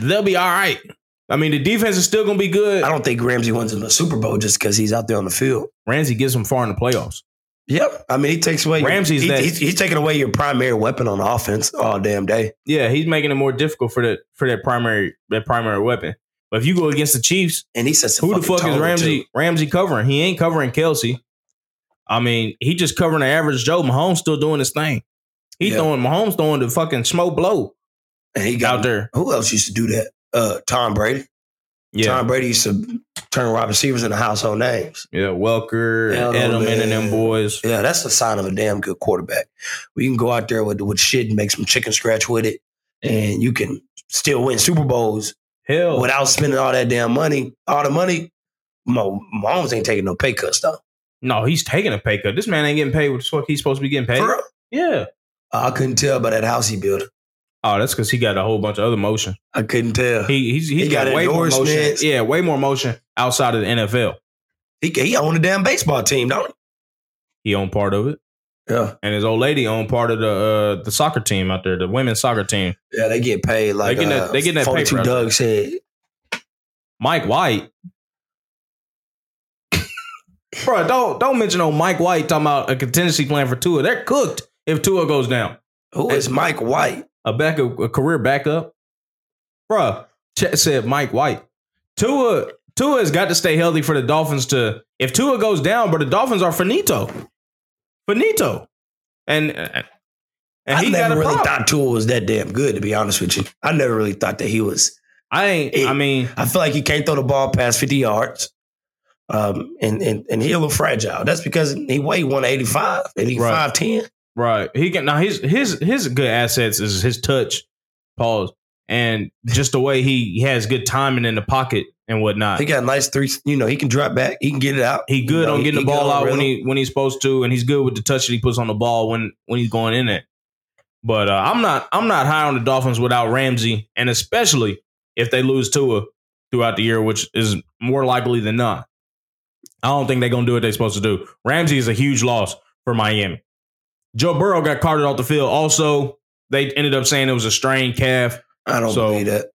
they'll be all right. I mean, the defense is still gonna be good.
I don't think Ramsey wins in the Super Bowl just because he's out there on the field.
Ramsey gets them far in the playoffs.
Yep. I mean, he takes away
Ramsey's
He,
that-
he's, he's taking away your primary weapon on offense all damn day.
Yeah, he's making it more difficult for that for that primary that primary weapon. But if you go against the Chiefs,
And he sets
who the fuck is
tone,
Ramsey Ramsey covering? He ain't covering Kelsey. I mean, he just covering the average Joe. Mahomes still doing his thing. He
Yeah.
throwing Mahomes throwing the fucking smoke blow
too. And he got
out there.
Who else used to do that? Uh, Tom Brady.
Yeah,
Tom Brady used to turn wide receivers into household names.
yeah, Welker,
Hell no,
Edelman, and
man.
them boys.
Yeah, that's the sign of a damn good quarterback. We can go out there with with shit and make some chicken scratch with it, and you can still win Super Bowls
Hell,
without spending all that damn money, all the money. Mo- Mahomes ain't taking no pay cuts though.
no, he's taking a pay cut. This man ain't getting paid what the fuck he's supposed to be getting paid.
For real.
Yeah.
I couldn't tell by that house he built.
Oh, that's because he got a whole bunch of other motion.
I couldn't tell. He
He he's, he's
He
got,
got
way more motion.
endorsements.
Yeah, way more motion outside of the NFL.
he, owned a damn baseball team, don't
He owned part of it,
he? Yeah,
and his old lady owned part of the uh, the soccer team out there, the women's soccer team.
yeah. They get paid like
getting that-
uh,
they getting that
forty-two.
paper out
Doug said
Mike *laughs* White. Bro, don't don't mention old Mike White talking about a contingency plan for Tua. They're cooked if Tua goes down.
Who is Mike White?
A back a career backup. Bruh, Chet said Mike White. Tua Tua has got to stay healthy for the Dolphins to if Tua goes down, but the Dolphins are finito. Finito. And and
I
he got
never
a
really
problem.
thought Tua was that damn good, to be honest with you. I never really thought that he was.
I ain't I mean
I feel like he can't throw the ball past 50 yards. Um, and, and, and he a little fragile. That's because he weighed 185 and he
Right.
5'10.
Right. He can now his his his good assets is his touch, pause, and just the way he has good timing in the pocket and whatnot.
He got a nice three, you know, he can drop back. He can get it out.
He good
You know,
on
he-
getting
he
the
good
ball
on
out when
rhythm.
he when he's supposed to, and he's good with the touch that he puts on the ball when when he's going in it. But uh, I'm not I'm not high on the Dolphins without Ramsey, and especially if they lose Tua throughout the year, which is more likely than not. I don't think they're gonna do what they're supposed to do. Ramsey is a huge loss for Miami. Joe Burrow got carted off the field. Also, they ended up saying it was a strained calf
I don't
So-
believe that.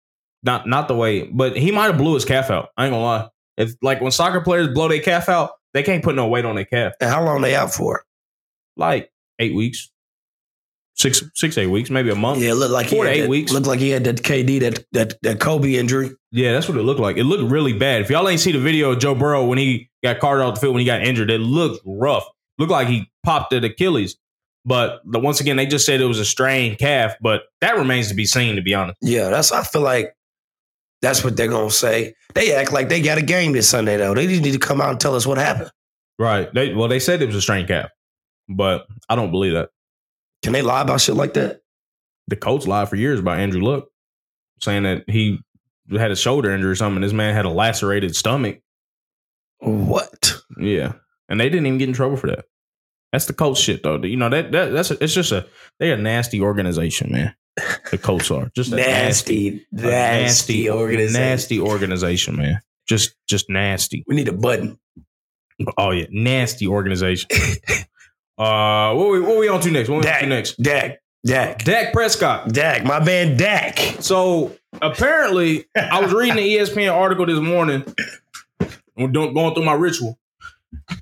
not not the way, but he might have blew his calf out. I ain't gonna lie. If like when soccer players blow their calf out, they can't put no weight on their calf.
And how long they out for?
Like eight weeks, six six eight weeks, maybe a month. Yeah,
Yeah, it looked like he
Four to
had
eight
that-
weeks.
Looked like he had that KD, that that, that Kobe injury.
that's what it looked like. It looked really bad. If y'all ain't see the video of Joe Burrow when he got carted off the field when he got injured, it looked rough. Looked like he popped at Achilles. But the, once again, they just said it was a strained calf, but that remains to be seen. To be honest,
Yeah, that's. I feel like that's what they're gonna say. They act like they got a game this Sunday though. They just need to come out and tell us what happened.
right? They, well, they said it was a strained calf, but I don't believe that.
Can they lie about shit like that?
the Colts lied for years about Andrew Luck, saying that he had a shoulder injury or something. This man had a lacerated stomach.
What?
Yeah, and they didn't even get in trouble for that. That's the Colts shit, though. You know that, that that's it's just a they're a nasty organization, man. The Colts are just a
Nasty, nasty,
a nasty
organization.
nasty organization, man. Just just nasty.
We need a button.
Oh yeah, nasty
*laughs*
organization. uh, what we what we on to next? What we on
Dak,
to next?
Dak, Dak,
Dak Prescott.
Dak. My man, Dak.
So apparently, I was
*laughs*
reading the E ESPN article this morning. We're doing, going through my ritual,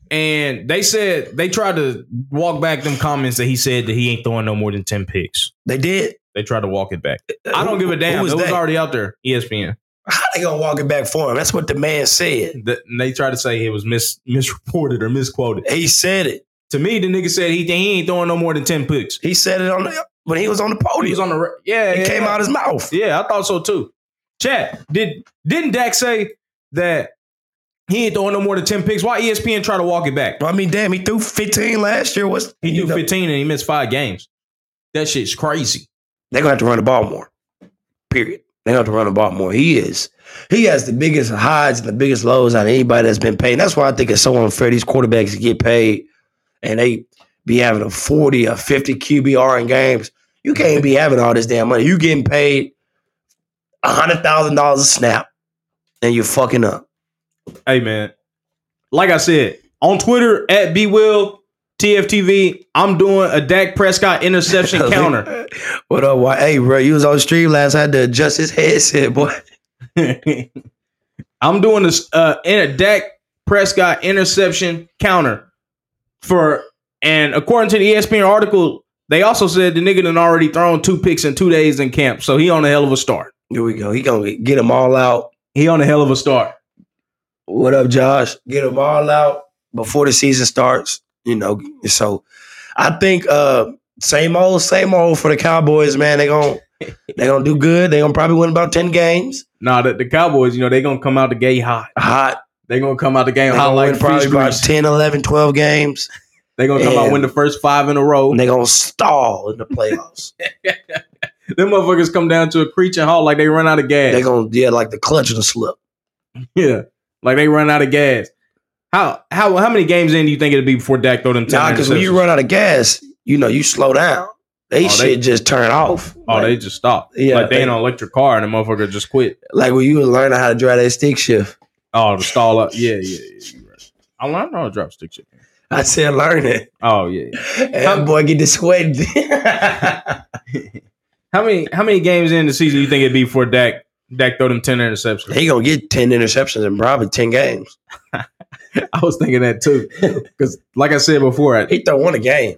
and they said they tried to walk back them comments that he said that he ain't throwing no more than ten picks.
They did.
They tried to walk it back. I don't give a damn.
Uh, Who
It was
that?
already out there. E ESPN.
How they gonna walk it back for him? That's what the man said.
Th- and they tried to say it was mis misreported or misquoted.
He said it.
To me, the nigga said he he ain't throwing no more than ten picks.
He said it on the, when he was on the
He
podium.
was on the re- yeah.
it
yeah,
came
yeah.
out his mouth.
Yeah, I thought so too. Chad, did didn't Dak say that he ain't throwing no more than ten picks? Why E ESPN try to walk it back?
I mean, damn, he threw 15 last year. What's
He
you
threw
know,
fifteen and he missed five games. That shit's crazy.
They're gonna have to run the ball more. Period. They're gonna have to run the ball more. He is. He has the biggest highs and the biggest lows out of anybody that's been paid. That's why I think it's so unfair. These quarterbacks get paid and they be having a 40 or 50 QBR in games. You can't be having all this damn money. You getting paid hundred thousand dollars a snap, and you're fucking up.
Hey man, like I said on Twitter at B Will TFTV, I'm doing a Dak Prescott
*laughs*
interception counter.
What up? uh, Why? Hey, bro, you was on stream last. had to adjust his headset, boy.
*laughs* I'm doing this uh, in a Dak Prescott interception counter for, and according to the E ESPN article, they also said the nigga done already thrown two picks in two days in camp, so he on a hell of a start.
Here we go. He gonna get them all out.
He on a hell of a start.
What up, Josh? Get them all out before the season starts. You know, so I think uh same old, same old for the Cowboys, man.
*laughs*
They gonna they gonna do good. They gonna probably win about ten games.
Nah, the, the Cowboys, you know, they gonna come out the gate hot.
Hot.
They gonna come out the game
They
hot
gonna
like
win probably
fish
about
grease.
10, 11, 12 games.
They gonna come out
Yeah.
win the first five in a row.
And they gonna stall in the playoffs.
*laughs* Them motherfuckers come down to a creature halt like they run out of gas.
they gonna yeah, like the clutch of the slip.
*laughs* yeah, like they run out of gas. How how how many games in do you think it'll be before Dak throw them ten?
Nah, because when you
interceptions?
run out of gas, you know you slow down. They
Oh,
shit
they-
just turn off.
oh,
like,
they just stop.
Yeah,
like they,
they-
in an electric car and the motherfucker just quit.
like when you were learning how to drive that stick shift.
Oh, the stall up. Yeah, yeah, yeah. you right. I learned how to drop stick shit.
I said learn it.
Oh yeah. yeah.
And that boy get
*laughs*
to sweating.
How many how many games in the season you think it'd be before Dak Dak throw them ten interceptions?
he gonna get ten interceptions in probably ten games.
*laughs* I was thinking that
*laughs*
too, because like I said before, I-
He throw one a game.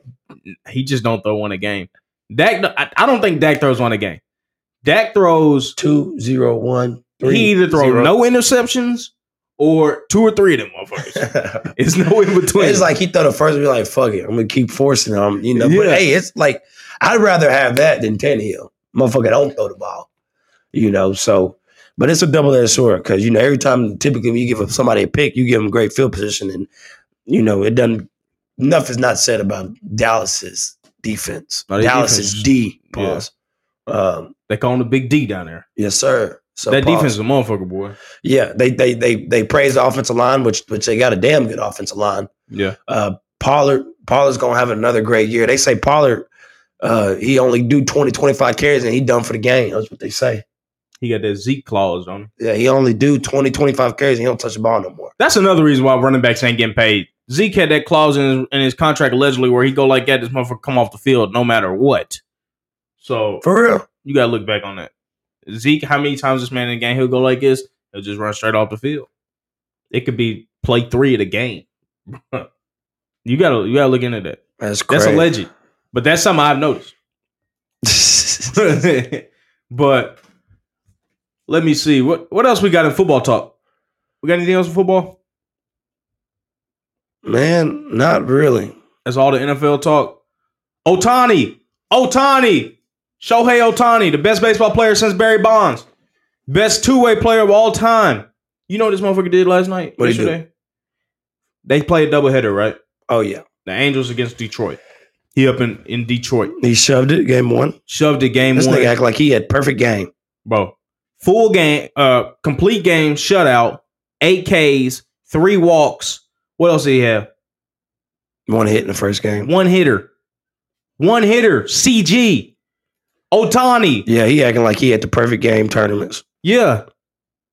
he just don't throw one a game. Dak, I, I don't think Dak throws one a game. Dak throws.
Two zero one three.
he either throws
zero.
no interceptions or two or three of them motherfuckers.
*laughs*
it's no in between.
it's like he thought at first be like, "Fuck it, I'm gonna keep forcing him." You know,
Yeah.
but hey, it's like I'd rather have that than Tannehill. Motherfucker, don't throw the ball. You know, so but it's a double edged sword because you know every time typically when you give somebody a pick, you give them great field position, and you know it doesn't. Enough is not said about Dallas's defense.
No, their defense
Dallas's
is-
D pause. Um,
they call him the big D down there.
yes, sir. So
that
pause.
defense is a motherfucker, boy.
yeah, they they they they praise the offensive line, which which they got a damn good offensive line.
Yeah,
Uh, Pollard Pollard's gonna have another great year. They say Pollard uh, he only do 20, 25 carries and he done for the game. That's what they say.
he got that Zeke clause on him.
Yeah, he only do 20, 25 carries and he don't touch the ball no more.
That's another reason why running backs ain't getting paid. Zeke had that clause in his, in his contract allegedly where he go like that, this motherfucker come off the field no matter what. So
For real.
you gotta look back on that. Zeke, how many times this man in the game he'll go like this? He'll just run straight off the field. It could be play three of the game. *laughs* you gotta you gotta look into that. That's
That's
*laughs*
crazy.
alleged, but that's something I've noticed.
*laughs*
but let me see what what else we got in football talk. We got anything else in football?
Man, not really.
That's all the NFL talk. Otani, Otani, Shohei Otani, the best baseball player since Barry Bonds, best two way player of all time. You know what this motherfucker did last night?
What'd he do?
They played doubleheader, right?
Oh yeah.
The Angels against Detroit. He up in, in Detroit.
He shoved it, game one.
Shoved the game
This
one.
nigga act like he had perfect game.
bro. Full game, uh, complete game shutout, eight Ks, three walks. What else did he have?
One hit in the first game.
One hitter, one hitter. CG, Otani.
Yeah, he acting like he had the perfect game tournaments.
Yeah,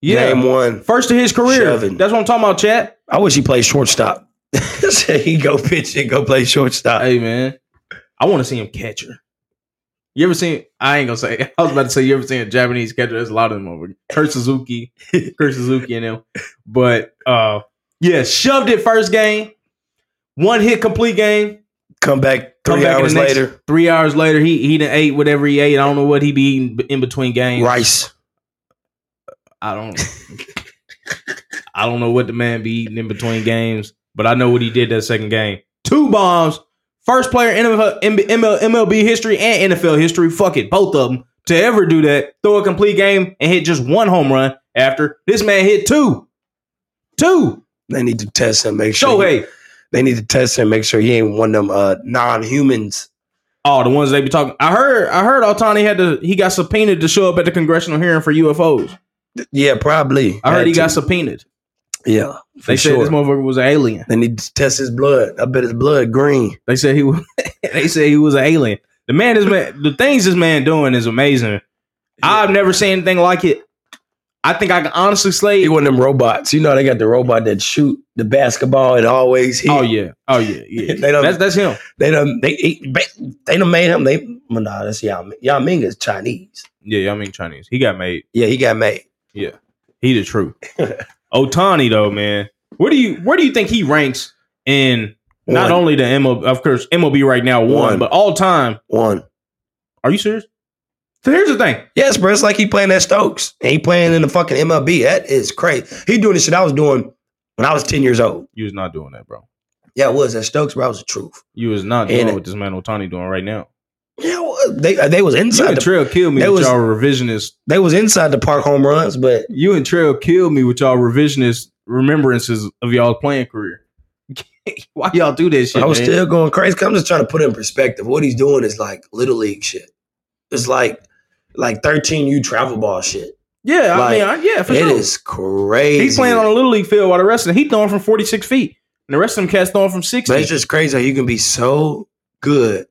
yeah.
Game one.
First of his career.
Shoving.
That's what I'm talking about, chat.
I wish he played shortstop. *laughs* he go pitch and go play shortstop.
Hey man, I want to see him catcher. You ever seen? I ain't gonna say. *laughs* I was about to say you ever seen a Japanese catcher. There's a lot of them over. Kurt Suzuki, *laughs* Kurt Suzuki, and them. But uh, yeah, shoved it first game, one hit complete game.
Come back three
Come back in the
hours
next-
later.
Three hours later, he he done ate whatever he ate. I don't know what he be eating b- in between games.
Rice.
I don't. I don't know what the man be eating in between games, but I know what he did that second game. Two bombs, first player in NFL MB ML MLB history and NFL history. Fuck it, both of them to ever do that. Throw a complete game and hit just one home run. After this man hit two, two.
They need to test him, make sure.
Show
he-
hey,
They need to test him, make sure he ain't one of them uh, non-humans.
oh the ones they be talking. I heard, I heard Altani had to. He got subpoenaed to show up at the congressional hearing for UFOs.
Th- Yeah, probably.
I heard he got
Had to.
subpoenaed.
Yeah, for
They said
sure.
this motherfucker was an alien.
they need to test his blood. I bet his blood green.
*laughs* They said he was. they said he was an alien. The man is man. The things this man doing is amazing. I've never seen anything like it. I think I can honestly say.
He one of them robots. You know they got the robot that shoot the basketball and always hit.
Oh yeah. Oh *laughs* yeah. Yeah.
They don't-
that's that's him.
They done they he- ba- they done made him. They well, nah, that's Yao Ming. Yao Ming is Chinese.
Yeah. I mean Chinese. He got made.
Yeah, he got made.
He the *laughs* truth. Otani though, man. Where do you where do you think he ranks in not
One.
only the MLB, of course, MLB right now one,
One.
but all time?
one.
Are you serious? So here's the thing.
Yes, bro. It's like he playing at Stokes and he playing in the fucking MLB. That is crazy. He doing the shit I was doing when I was ten years old.
You was not doing that, bro.
Yeah, it was at Stokes, bro. I was the truth.
You was not
And-
doing what this man Otani doing right now.
Yeah, it was. they uh, they was
You
inside.
and
The,
Trail killed me
that
with
was-
y'all revisionist.
they was inside the park home runs, but
You and Trail killed me with y'all revisionist remembrances of y'all playing career. *laughs* Why y'all do that shit?
I was
man?
still going crazy. 'cause I'm just trying to put it in perspective. What he's doing is like little league shit. It's like like 13 U travel ball shit.
yeah,
like,
I mean, I, yeah,
It
for
is
sure.
crazy.
He's playing on a little league field while the rest of them, he throwing from forty six feet, and the rest of them cats throwing from sixty.
But it's just crazy how you can be so good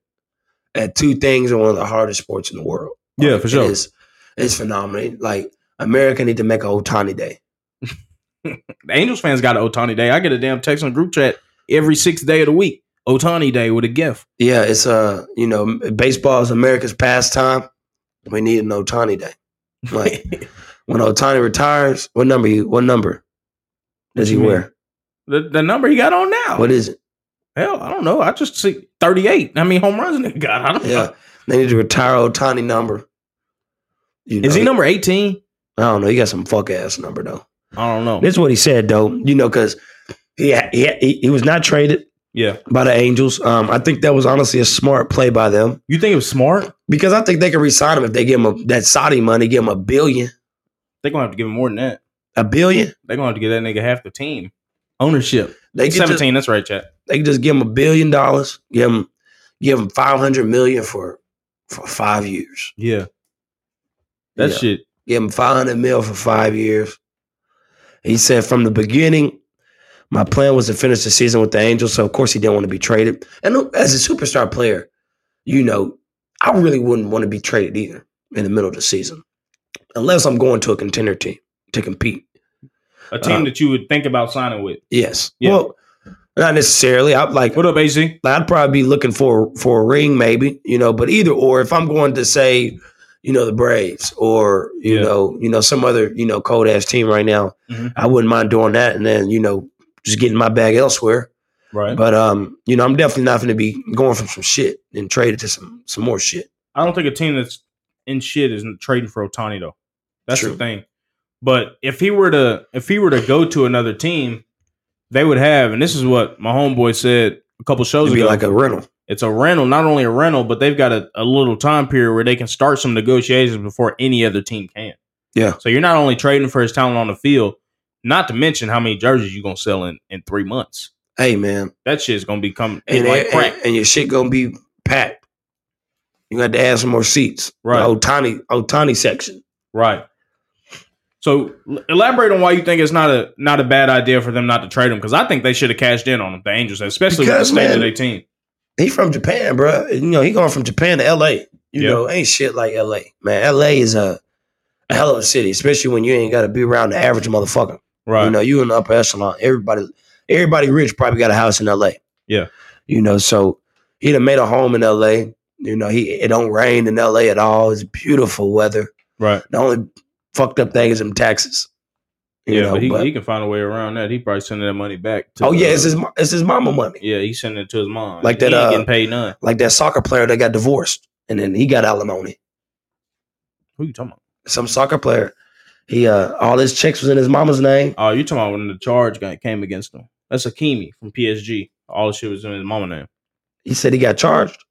at two things in one of the hardest sports in the world.
Yeah, for sure.
It is, it's phenomenal. Like America need to make a Otani Day.
The Angels fans got an Otani Day. I get a damn text on group chat every sixth day of the week. Otani Day with a gift.
Yeah, it's uh, you know, baseball is America's pastime. We need an Otani Day. Like *laughs* when Otani retires, what number? You, what number
What
does he
you mean?
wear?
The, the number he got on now.
What is it?
Hell, I don't know. I just see 38. I mean, home runs nigga got. I don't know.
Yeah, they need to retire Otani number. You
Is
know,
he number 18?
I don't know. He got some fuck ass number though.
I don't know.
This is what he said though. You know, because he, he he he was not traded
Yeah.
by the Angels. Um, I think that was honestly a smart play by them
You think it was smart?
because I think they can resign him if they give him a, that Saudi money, give him a billion,
They're going to have to give him more than that.
a billion.
They're going to have to give that nigga half the team. Ownership.
They could just
17. that's right, chat.
they could just give him a billion dollars, give him give him five hundred million for for five years.
Yeah. That
Yeah.
shit.
Give him five hundred mil for five years. He said from the beginning, my plan was to finish the season with the Angels, so of course he didn't want to be traded. And look, as a superstar player, you know, I really wouldn't want to be traded either in the middle of the season, unless I'm going to a contender team to compete.
A team
Uh,
that you would think about signing with.
Yes,
Yeah.
well, not necessarily. I like
What up, AC?
I'd probably be looking for for a ring, maybe you know. But either or, if I'm going to say, you know, the Braves or you
Yeah.
know, you know, some other you know cold ass team right now,
Mhm.
I wouldn't mind doing that, and then you know, just getting my bag elsewhere.
Right.
But um, you know, I'm definitely not going to be going from some shit and traded to some some more shit.
I don't think a team that's in shit is trading for Otani though. That's
True.
the thing. But if he were to if he were to go to another team, they would have, and this is what my homeboy said a couple shows
It'd be
ago.
like a rental.
it's a rental, not only a rental, but they've got a, a little time period where they can start some negotiations before any other team can.
Yeah.
So you're not only trading for his talent on the field, not to mention how many jerseys you're gonna sell in, in three months.
Hey man,
That shit's gonna become
and,
like crack.
and, and your shit gonna be packed. You got to add some more seats.
Right.
The Otani Otani section.
Right. So l- elaborate on why you think it's not a not a bad idea for them not to trade him because I think they should have cashed in on him, the Angels, especially
Because,
with the state
man,
of their team.
He from Japan, bro. You know, he going from Japan to L.A. You
Yeah.
know, ain't shit like L.A. Man, L.A. is a, a hell of a city, especially when you ain't got to be around the average motherfucker.
Right.
You know, you in the upper echelon. Everybody, everybody rich probably got a house in L.A.
Yeah.
You know, so he done made a home in L.A. You know, he it don't rain in L.A. at all. It's beautiful weather.
right.
The only fucked up thing is them taxes. You
Yeah,
know,
but, he,
but-
he can find a way around that. He probably sending that money back. To
oh yeah,
uh,
it's his mo- it's his mama money.
yeah, he's sending it to his mom.
Like
He ain't
that, uh,
getting paid none.
Like that soccer player that got divorced and then he got alimony.
Who you talking about?
some soccer player. He uh all his checks was in his mama's name.
Oh, you talking about when the charge guy came against him? That's Hakimi from PSG. All the shit was in his mama name.
He said he got charged.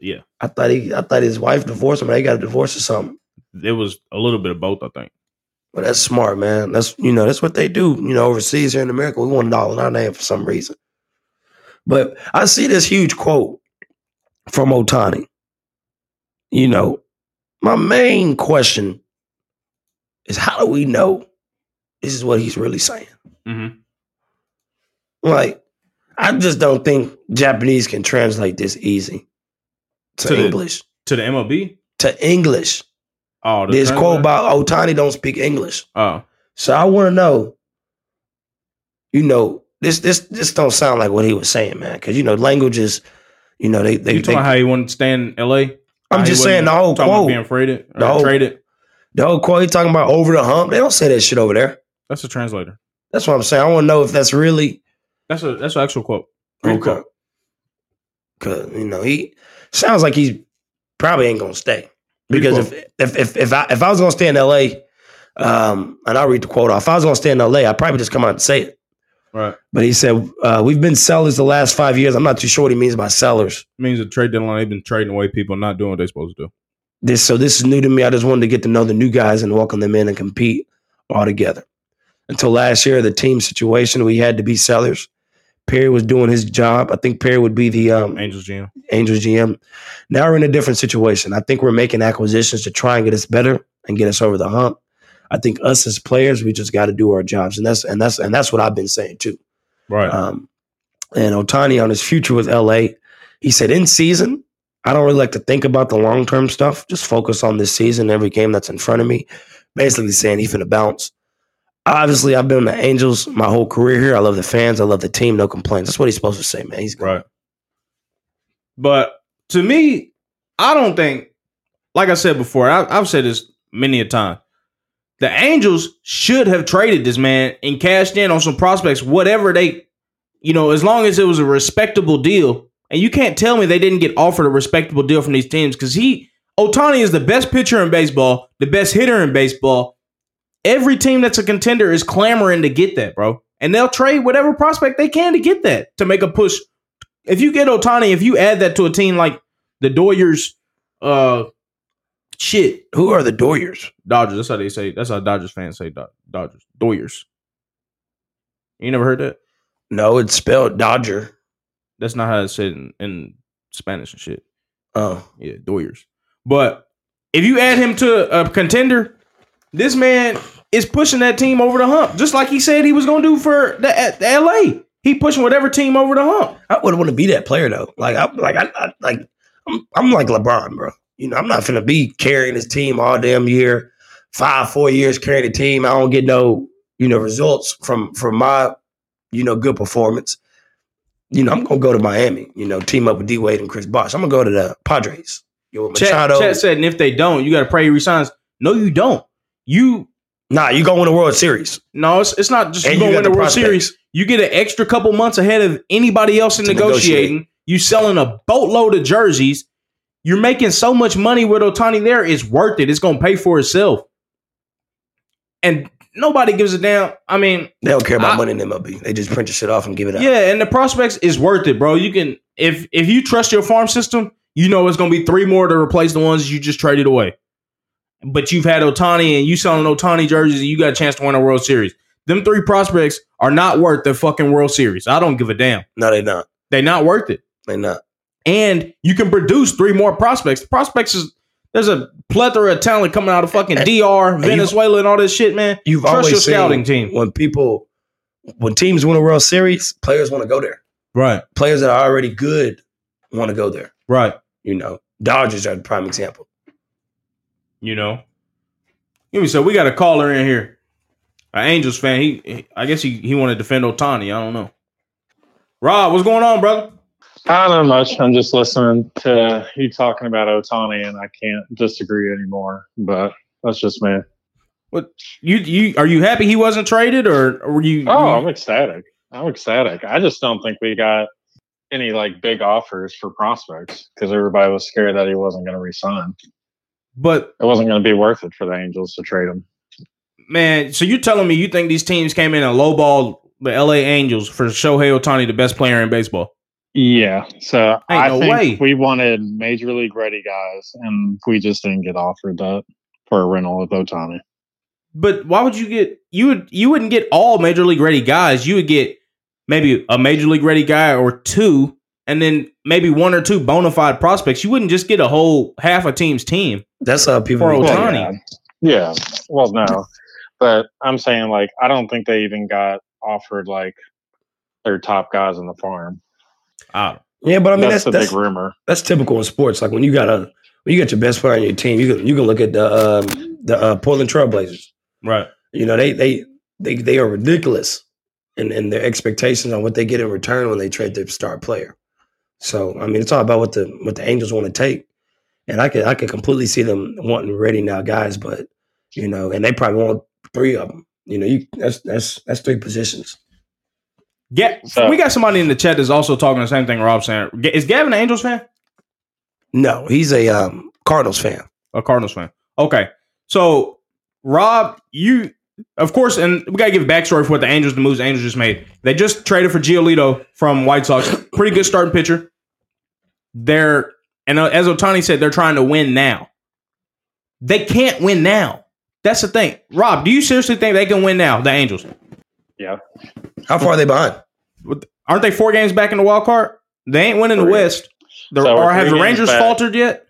Yeah.
I thought he I thought his wife divorced him. They got a divorce or something.
It was a little bit of both, I think.
But that's smart, man. That's you know, that's what they do. You know, overseas here in America, we want it all in our name for some reason. But I see this huge quote from Otani. You know, my main question is how do we know this is what he's really saying?
Mm-hmm.
Like, I just don't think Japanese can translate this easy. to,
To the-
English.
to the MLB.
to English.
Oh, the
This quote
translator?
about Otani don't speak English.
Oh,
So I want to know. You know this this this don't sound like what he was saying, man. Because you know languages, you know they they.
you talking
they-
about how he wouldn't stay in LA? How
I'm
he
just saying
wasn't
the whole
talking about being
quote,
traded,
The
or
whole-
traded.
the whole quote. He talking about over the hump. They don't say that shit over there.
That's a translator.
That's what I'm saying. I want to know if that's really
That's a that's an actual quote. Real
Okay.
quote.
Cause you know he sounds like he probably ain't gonna stay
Read
because
the
if, if if if I if I was gonna stay in L.A. Um, and I'll read the quote off. If I was gonna stay in L.A., I'd probably just come out and say it.
Right.
But he said uh, we've been sellers the last five years. I'm not too sure what he means by sellers.
means the trade deadline they've been trading away people, not doing what they're supposed to do.
This so this is new to me. I just wanted to get to know the new guys and welcome them in and compete all together. Until last year, the team situation we had to be sellers. Perry was doing his job. I think Perry would be the um,
Angels GM.
Angels GM. Now we're in a different situation. I think we're making acquisitions to try and get us better and get us over the hump. I think us as players, we just got to do our jobs, and that's and that's and that's what I've been saying too.
Right.
Um, and Otani on his future with LA, he said in season, I don't really like to think about the long term stuff. Just focus on this season, every game that's in front of me. Basically saying he's gonna bounce. Obviously, I've been the Angels my whole career here. I love the fans. I love the team. No complaints. That's what he's supposed to say, man. He's
Right. But to me, I don't think, like I said before, I, I've said this many a time. The Angels should have traded this man and cashed in on some prospects, whatever they, you know, as long as it was a respectable deal. And you can't tell me they didn't get offered a respectable deal from these teams because he, Otani is the best pitcher in baseball, the best hitter in baseball. Every team that's a contender is clamoring to get that, bro. And they'll trade whatever prospect they can to get that to make a push if you get Otani, if you add that to a team like the Doyers, uh, shit,
who are the Doyers?
Dodgers. That's how they say. That's how Dodgers fans say Do- Dodgers, Doyers. You never heard that?
No, it's spelled Dodger.
That's not how it's said in, in Spanish and shit.
Oh,
Yeah, Doyers. But if you add him to a contender, this man is pushing that team over the hump, just like he said he was going to do for the, at the LA. He pushing whatever team over the hump.
I wouldn't want to be that player though. Like, I like, I, I like, I'm, I'm like LeBron, bro. You know, I'm not gonna be carrying this team all damn year, five, four years carrying the team. I don't get no, you know, results from from my, you know, good performance. You know, I'm gonna go to Miami. You know, team up with D Wade and Chris Bosh. I'm gonna go to the Padres. You know, with
Chat,
Machado.
Chat said, and if they don't, you got to pray he resigns. No, you don't. You
Nah, you gonna win the World Series.
No, it's, it's not just
And
you
you
going to
got
win the
the
World
prospects.
Series. You get an extra couple months ahead of anybody else in
To
negotiating. You selling a boatload of jerseys. You're making so much money with Otani there. It's worth it. It's going to pay for itself. And nobody gives a damn. I mean,
They don't care about
I-
money in MLB. They just print your shit off and give it out.
yeah, and the prospects is worth it, bro. You can if if you trust your farm system, you know it's gonna be three more to replace the ones you just traded away. But you've had Otani and you selling Otani jerseys and you got a chance to win a World Series. Them three prospects are not worth the fucking World Series. I don't give a damn.
No, they not.
They not worth it.
They not.
And you can produce three more prospects. Prospects is there's a plethora of talent coming out of fucking DR,
you-
Venezuela, and all this shit, man.
You've
Trust
always
your
seen
scouting team.
when people when teams win a World Series, players want to go there.
Right,
Players that are already good want to go there.
right.
You know, Dodgers are the prime example.
you know. Give me so we got a caller in here, an Angels fan. He, he- I guess he he want to defend Otani. I don't know. Rob, what's going on, brother?
Not not much. I'm just listening to you talking about Otani, and I can't disagree anymore. But that's just me.
Mm-hmm. You you are you happy he wasn't traded or or were you?
Oh, I'm
you-
ecstatic. I'm ecstatic. I just don't think we got any like big offers for prospects because everybody was scared that he wasn't going to resign.
but
It wasn't going to be worth it for the Angels to trade him.
man, so you telling me you think these teams came in and lowballed the L.A. Angels for Shohei Otani, the best player in baseball?
Yeah. So I
no
think
way.
we wanted major league ready guys, and we just didn't get offered that for a rental with Otani.
But why would you get you would you wouldn't get all major league ready guys? You would get maybe a major league ready guy or two, and then maybe one or two bona fide prospects. You wouldn't just get a whole half a team's team.
That's how people.
For
make
Ohtani.
money.
Yeah. yeah. Well, no, but I'm saying like I don't think they even got offered like their top guys on the farm.
I,
Yeah, but I mean that's
that's, the
that's,
big rumor.
that's typical in sports. Like when you got a when you got your best player on your team, you can you can look at the um, the uh, Portland Trailblazers.
Right.
You know they they they they are ridiculous in, in their expectations on what they get in return when they trade their star player. So I mean it's all about what the what the Angels want to take, and I could I could completely see them wanting ready now guys, but you know and they probably want three of them. You know you that's that's that's three positions.
Yeah,
So-
we got somebody in the chat that's also talking the same thing Rob's saying. Ga- Is Gavin an Angels fan
No, he's a um, Cardinals fan.
or Cardinals fan? Okay, so Rob, you of course, and we gotta give backstory for what the Angels, the moves the Angels just made. They just traded for Giolito from White Sox, pretty good starting pitcher. They're and uh, as Otani said, they're trying to win now. They can't win now. That's the thing. Rob, do you seriously think they can win now? The Angels
How far are they behind?
aren't they four games back in the wild card? They ain't winning the
Three.
West. The,
So we're
or have
three
the
games
Rangers
back.
faltered yet?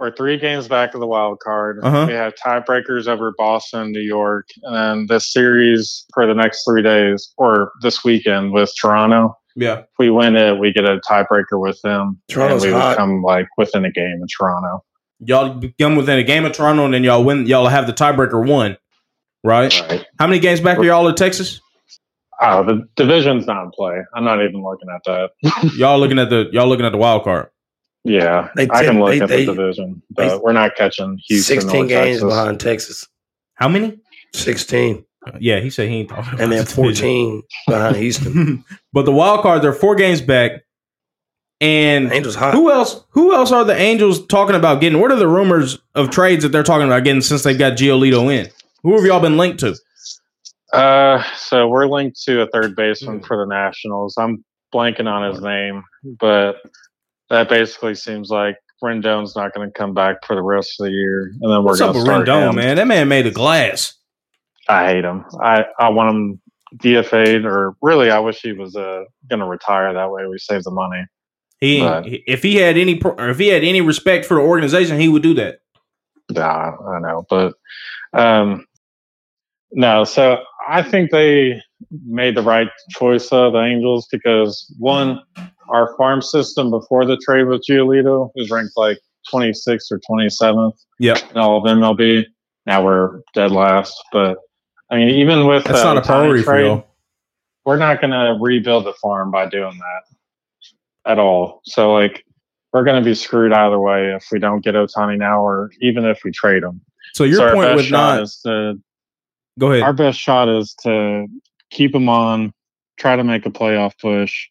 We're three games back of the wild card.
Uh-huh.
We have tiebreakers over Boston, New York, and then this series for the next three days or this weekend with Toronto.
Yeah.
If we win it, we get a tiebreaker with them.
Toronto's
and we
hot.
would come like within a game in Toronto.
Y'all come within a game of Toronto and then y'all win y'all have the tiebreaker one. Right?
Right.
How many games back are y'all at
*laughs*
Texas?
Oh, the division's not in play. I'm not even looking at that.
Y'all looking at the y'all looking at the wild card.
Yeah,
They
I
ten-
can look
they-
at
they-
the division,
they-
but we're not catching Houston. or
Sixteen games
Texas.
behind Texas.
How many?
Sixteen,
Yeah, he said he ain't talking *laughs* about
and
the
then
division.
fourteen behind Houston. *laughs*
*laughs* but the wild card, they're four games back. And
Angels hot.
who else who else are the Angels talking about getting? What are the rumors of trades that they're talking about getting since they've got Giolito in? Who have y'all been linked to?
Uh, so we're linked to a third baseman for the Nationals. I'm blanking on his name, but that basically seems like Rendon's not going to come back for the rest of the year, and then we're
What's
going
up
to
with
start
Rendon,
him.
man? That man made a glass.
I hate him. I I want him DFA'd, or really, I wish he was uh, going to retire. That way, we save the money.
He
Right.
if he had any pro- or if he had any respect for the organization, he would do that.
Yeah, I know, but um, no. So I think they made the right choice of the Angels because one, our farm system before the trade with Giolito was ranked like 26th or 27th.
Yep.
in all of MLB. Now we're dead last, but I mean, even with
That's
the
not a
Ohtani
priority for
trade,
y'all.
we're not going to rebuild the farm by doing that at all. So like we're going to be screwed either way if we don't get Otani now, or even if we trade him.
So your
So our
point
best
was
shot
not.
is to,
go ahead.
our best shot is to keep him on, try to make a playoff push,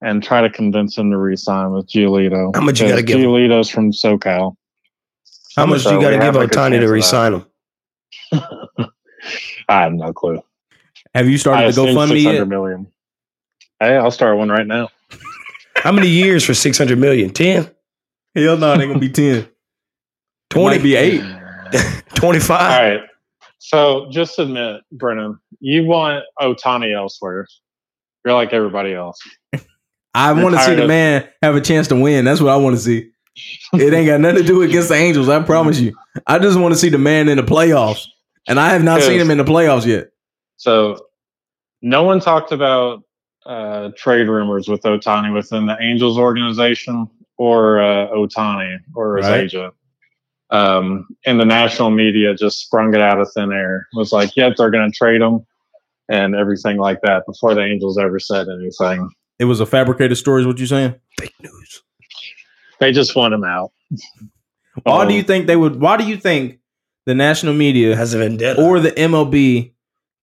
and try to convince him to re-sign with Giolito.
How much you gotta
Because
give him?
Giolito's from SoCal.
How much do
So
you got to
we
give
have a good
Otani
chance
to
of that.
resign him?
I have no clue.
Have you started the
assume
GoFundMe
600
yet?
million. Hey, I'll start one right now.
How many years for six hundred million? 10?
Hell no, they gonna be ten.
20?
Might be eight.
*clears throat*
All
*laughs*
25?
right. So just admit, Brennan, you want Otani elsewhere. You're like everybody else.
I
You're
want to see
tired
the
of-
man have a chance to win. That's what I want to see. It ain't got nothing to do against the Angels. I promise you. I just want to see the man in the playoffs, and I have not seen
Yes.
him in the playoffs yet.
So no one talked about uh, trade rumors with Otani within the Angels organization or uh, Otani or his
Right.
agent. Um, and the national media just sprung it out of thin air. Was like, yep, they're going to trade him and everything like that before the Angels ever said anything.
It was a fabricated story. Is what you saying?
Fake news.
They just want him out.
Why
Um,
do you think they would? Why do you think the national media
It has a vendetta.
or the MLB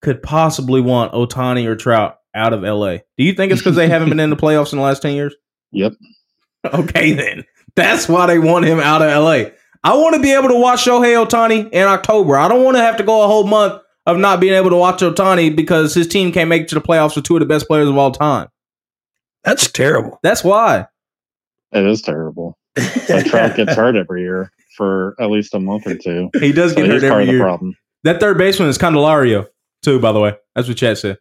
could possibly want Otani or Trout out of LA? Do you think it's because they haven't been in the playoffs in the last 10 years?
*laughs* Yep.
*laughs* Okay, then. That's why they want him out of LA. I want to be able to watch Shohei Otani in October. I don't want to have to go a whole month of not being able to watch Otani because his team can't make it to the playoffs with two of the best players of all time.
That's
*laughs*
terrible.
That's why.
It is terrible. So Trout
*laughs*
gets hurt every year for at least a month or two.
He does
So *laughs*
get
he's
hurt
part
every
of the
year.
problem.
That third baseman is Candelario, too, by the way. That's what Chad said.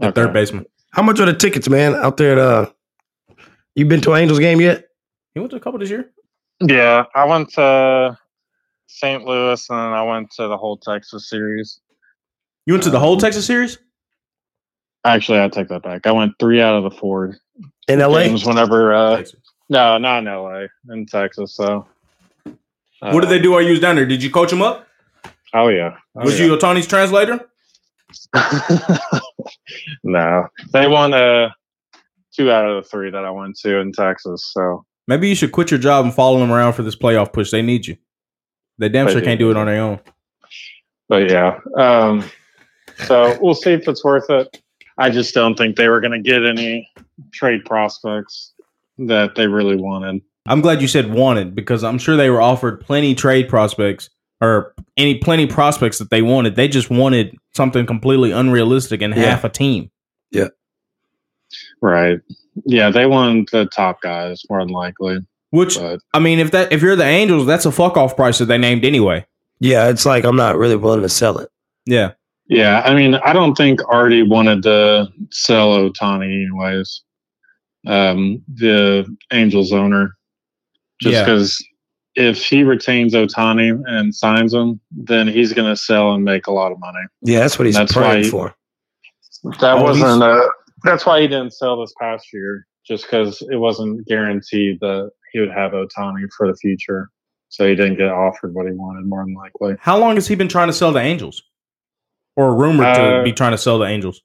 The
Okay.
third baseman.
How much are the tickets, man, out there at uh you been to an Angels game yet?
He went to a couple this year.
Yeah, I went to St. Louis and then I went to the whole Texas series. Uh,
You went to the whole Texas series?
Actually, I take that back. I went three out of the four
in LA.
games whenever. Uh,
Texas.
no, not in L.A. In Texas. So. Uh,
what did they do while you was down there? Did you coach him up?
Oh yeah. Oh,
was
*laughs* yeah.
you Otani's translator?
no, they won uh, two out of the three that I went to in Texas. So
Maybe you should quit your job and follow them around for this playoff push. They need you. They damn
They
sure
do.
can't do it on their own.
but yeah um so we'll see if it's worth it i just don't think they were going to get any trade prospects that they really wanted
I'm glad you said wanted because I'm sure they were offered plenty trade prospects or any plenty prospects that they wanted. They just wanted something completely unrealistic and
Yeah.
half a team.
right yeah they wanted the top guys more than likely
Which
but
I mean, if that if you're the Angels, that's a fuck off price that they named anyway.
Yeah, it's like I'm not really willing to sell it.
Yeah,
yeah i mean i don't think artie wanted to sell otani anyways um the angels owner just
Yeah.
because if he retains otani and signs him then he's going to sell and make a lot of money
Yeah, that's what he's
That's
praying
why-
for.
That
Oh,
wasn't. Uh, that's why he didn't sell this past year, just because it wasn't guaranteed that he would have Otani for the future. So he didn't get offered what he wanted, more than likely.
how long has he been trying to sell the Angels, or rumored to
Uh,
be trying to sell the Angels?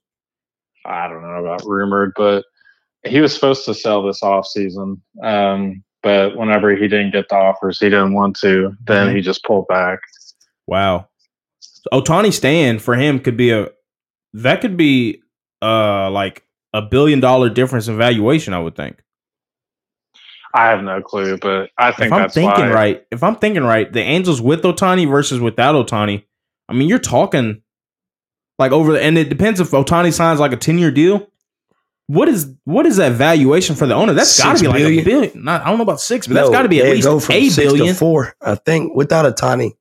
I don't know about rumored, but he was supposed to sell this off season. Um, but whenever he didn't get the offers, he didn't want to. Then he just pulled back.
Wow. Otani Stan for him could be a that could be uh like a billion dollar difference in valuation, I would think.
I have no clue, but I think
If I'm
that's
thinking
why.
right, if I'm thinking right, the Angels with Otani versus without Otani, I mean you're talking like over the and it depends if Otani signs like a 10 year deal. What is what is that valuation for the owner? That's
Six
gotta be like a
billion?
billion. Not, I don't know about six, but
No,
that's gotta be at
they
least
go from
a
six
billion.
to four, I think, without a Tani.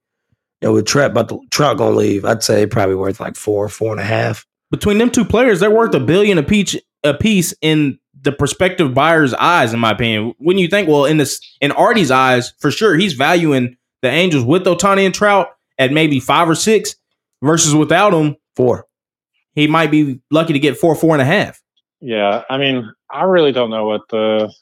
And with Trout about to, Trout gonna leave, I'd say probably worth like four, four and a half.
Between them two players, they're worth a billion a piece, a piece in the prospective buyer's eyes, in my opinion. Wouldn't you think? Well, in this in Artie's eyes, for sure, he's valuing the Angels with Otani and Trout at maybe five or six versus without them. *laughs*
Four.
he might be lucky to get four, four and a half.
Yeah, I mean, I really don't know what the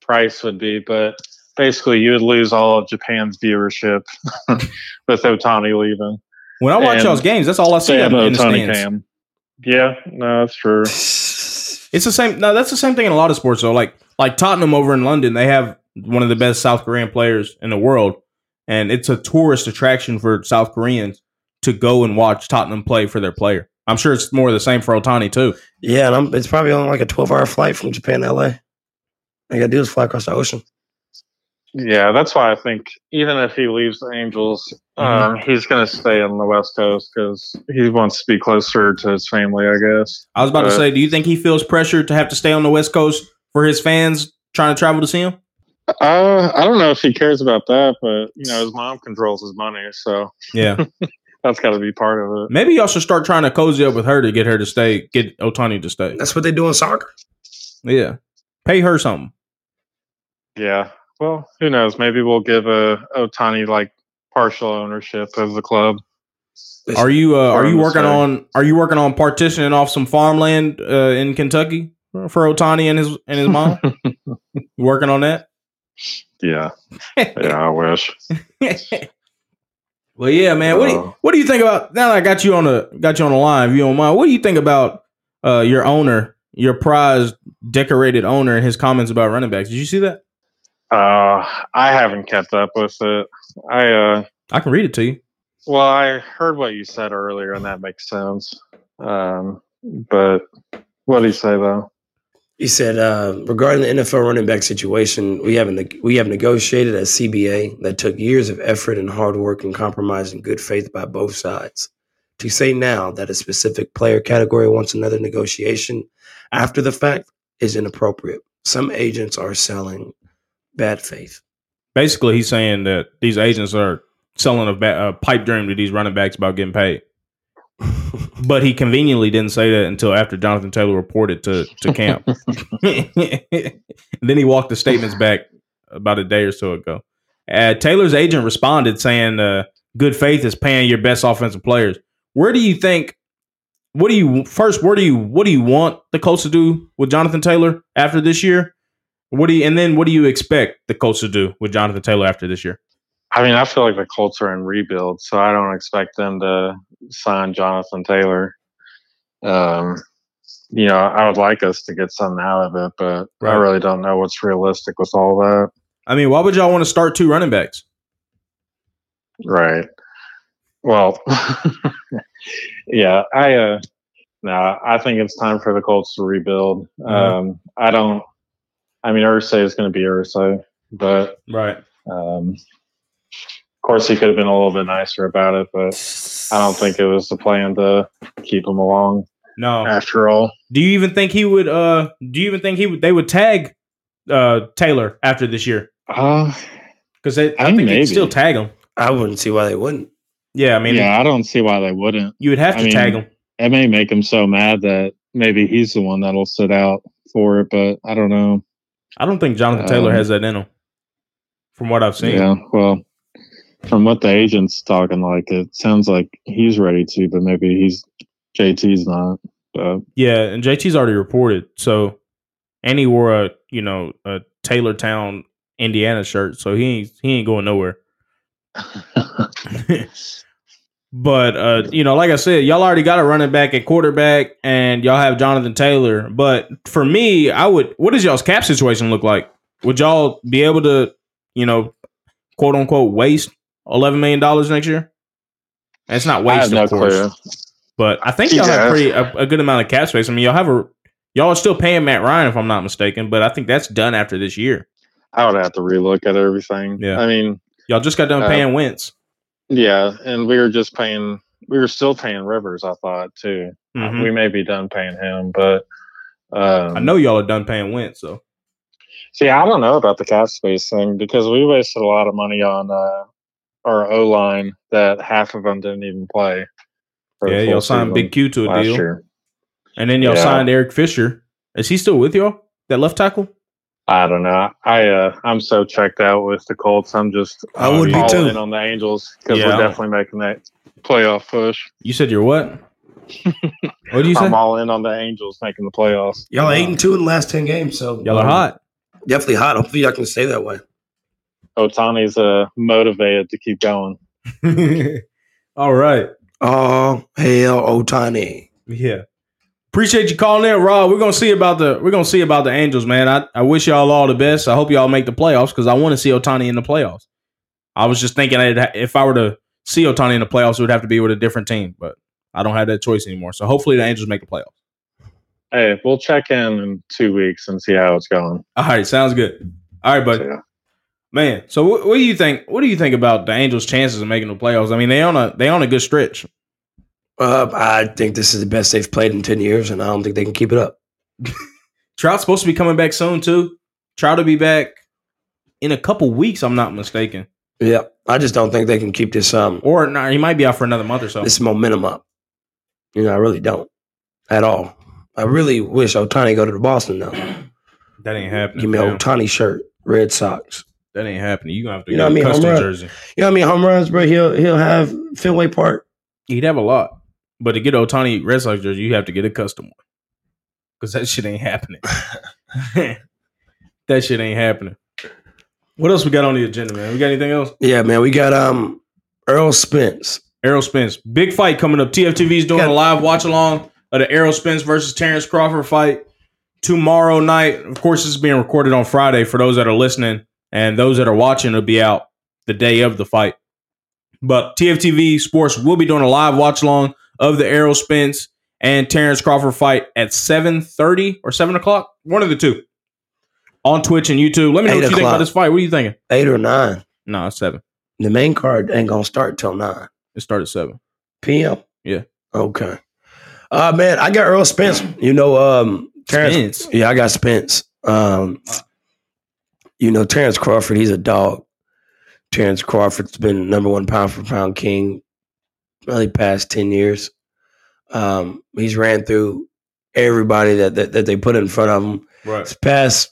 price would be, but basically, you would lose all of Japan's viewership *laughs* with Otani leaving.
When I watch
And
y'all's games, that's all I see
They have
in
no
in the
Ohtani
stands.
cam. Yeah, no, that's true.
It's the same. No, that's the same thing in a lot of sports though. Like like Tottenham over in London, they have one of the best South Korean players in the world, and it's a tourist attraction for South Koreans to go and watch Tottenham play for their player. I'm sure it's more the same for Otani too.
Yeah, and I'm, it's probably only like a 12 hour flight from Japan to LA. All you gotta do is fly across the ocean.
Yeah, that's why I think even if he leaves the Angels, um, he's going to stay on the West Coast because he wants to be closer to his family, I guess.
I was about to
Uh,
say, do you think he feels pressure to have to stay on the West Coast for his fans trying to travel to see him?
Uh, I don't know if he cares about that, but you know, his mom controls his money, so
Yeah,
that's got to be part of it.
maybe y'all should start trying to cozy up with her to get her to stay, get Otani to stay.
That's what they do in soccer.
Yeah, pay her something.
Yeah. Well, who knows? Maybe we'll give uh Otani like partial ownership of the club.
Are you uh, are you
Farm
working
side.
on are you working on partitioning off some farmland uh, in Kentucky for Otani and his and his mom? You working on that?
yeah. Yeah, I wish.
*laughs* well, yeah, man. What do
Uh.
you, what do you think about now? That I got you on the got you on the line. If you don't mind, what do you think about uh, your owner, your prized decorated owner, and his comments about running backs? Did you see that?
Uh, I haven't kept up with it. I uh,
I can read it to you.
well, I heard what you said earlier, and that makes sense. Um, but what do you say though?
He said, uh, regarding the NFL running back situation, we have not we have negotiated a CBA that took years of effort and hard work and compromise and good faith by both sides. To say now that a specific player category wants another negotiation after the fact is inappropriate. Some agents are selling bad faith.
Basically, he's saying that these agents are selling a, ba- a pipe dream to these running backs about getting paid. But he conveniently didn't say that until after Jonathan Taylor reported to to camp. *laughs* then he walked the statements back about a day or so ago. Uh, Taylor's agent responded saying, uh, "Good faith is paying your best offensive players." Where do you think what do you first? Where do you what do you want the Colts to do with Jonathan Taylor after this year? What do you and then what do you expect the Colts to do with Jonathan Taylor after this year?
I mean, I feel like the Colts are in rebuild, so I don't expect them to sign Jonathan Taylor. Um, you know, I would like us to get something out of it, but I
Right.
really don't know what's realistic with all that.
I mean, why would y'all want to start two running backs?
Right. Well, *laughs* yeah, I uh no, I think it's time for the Colts to rebuild. Um I don't I mean Ursay is going to be Ursay, but
Right.
um of course he could have been a little bit nicer about it, but I don't think it was the plan to keep him along
No.
after all.
Do you even think he would? Uh, do you even think he would? They would tag uh Taylor after this year
Uh,
because they. I,
I
think
mean,
they'd still
maybe.
tag him.
I wouldn't see why they wouldn't.
Yeah, I mean,
yeah, I don't see why they wouldn't.
you would have to
I mean-
tag him.
It may make him so mad that maybe he's the one that'll sit out for it, but I don't know.
I don't think Jonathan Taylor
Um,
has that in him, from what I've seen.
Yeah, well, from what the agent's talking like, it sounds like he's ready to, but maybe he's JT's not.
*laughs*
But
Yeah, and JT's already reported. So, and he wore a you know a Taylor Town Indiana shirt, so he ain't, he ain't going nowhere. but uh, you know, like I said, y'all already got a running back at quarterback, and y'all have Jonathan Taylor. But for me, I would. What does y'all's cap situation look like? Would y'all be able to, you know, quote unquote, waste eleven million dollars next year? It's not
I
waste,
have no
of course.
clue.
But I think y'all have
Yeah.
pretty a, a good amount of cap space. I mean, y'all have a y'all are still paying Matt Ryan, if I'm not mistaken. But I think that's done after this year.
I would have to relook at everything.
Yeah.
I mean,
Y'all just got done
Uh,
paying Wentz.
yeah, and we were just paying. We were still paying Rivers, I thought too.
Mhm.
We may be done paying him, but um,
I know y'all are done paying Wentz. So
See, I don't know about the cap space thing because we wasted a lot of money on uh, our O line that half of them didn't even play. for the
yeah,
full
y'all signed
season
Big Q to a
last
deal,
year.
and then y'all
Yeah.
signed Eric Fisher. Is he still with y'all? That left tackle.
I don't know. I uh, I'm so checked out with the Colts. I'm just
I would
Me
all
be too.
in on the Angels because
Yeah.
we're definitely making that playoff push.
You said you're what? what do you say?
I'm all in on the Angels making the playoffs.
Y'all eight and two in the last ten games, so
Y'all are hot. *laughs*
Definitely hot. Hopefully, y'all can stay that way.
Otani's uh, motivated to keep going.
All right.
Oh hell, Otani.
Yeah. Appreciate you calling in, Rob. We're gonna see about the we're gonna see about the Angels, man. I, I wish y'all all the best. I hope y'all make the playoffs because I want to see Otani in the playoffs. I was just thinking I'd ha- if I were to see Otani in the playoffs, it would have to be with a different team, but I don't have that choice anymore. So hopefully the Angels make the playoffs.
Hey, we'll check in in two weeks and see how it's going.
All right, sounds good. All right,
So,
buddy.
yeah.
Man, so what, what do you think? What do you think about the Angels' chances of making the playoffs? I mean, they on a they on a good stretch.
Uh, I think this is the best they've played in ten years, and I don't think they can keep it up.
Trout's supposed to be coming back soon too. Trout will be back in a couple weeks, I'm not mistaken.
Yeah, I just don't think they can keep this um
or no, he might be out for another month or so.
this momentum up. You know, I really don't at all. I really wish Otani go to the Boston *clears throat* though.
that ain't happening.
Give me
fam.
an Otani shirt, Red Sox.
that ain't happening. You gonna have to
You
get
know
a
what I mean?
custom
Home run.
jersey.
You know what I mean? Home runs, bro. He'll he'll have Fenway Park.
He'd have a lot, but to get Otani Red Sox jersey, you have to get a custom one because that shit ain't
*laughs*
happening. *laughs* that shit ain't happening. What else we got on the agenda, man? We got anything else?
Yeah, man. We got um Earl Spence.
Errol Spence, big fight coming up. TFTV's doing
Got-
a live watch along of the Errol Spence versus Terrence Crawford fight tomorrow night. Of course, this is being recorded on Friday for those that are listening and those that are watching. It'll be out the day of the fight. But TFTV Sports will be doing a live watch along of the Errol Spence and Terrence Crawford fight at seven thirty or seven o'clock, one of the two, on Twitch and YouTube. Let me know what
Eight
you think about
o'clock.
this fight. What are you thinking?
Eight or nine.
No, it's seven.
The main card ain't gonna start till nine
It started seven.
p.m.
Yeah.
Okay. Uh man, I got Earl Spence. You know, um Terrence.
Spence.
Yeah, I got Spence. Um you know, Terrence Crawford, he's a dog. Terrence Crawford's been number one pound for pound king really past ten years. Um, he's ran through everybody that, that that they put in front of him.
Right.
His past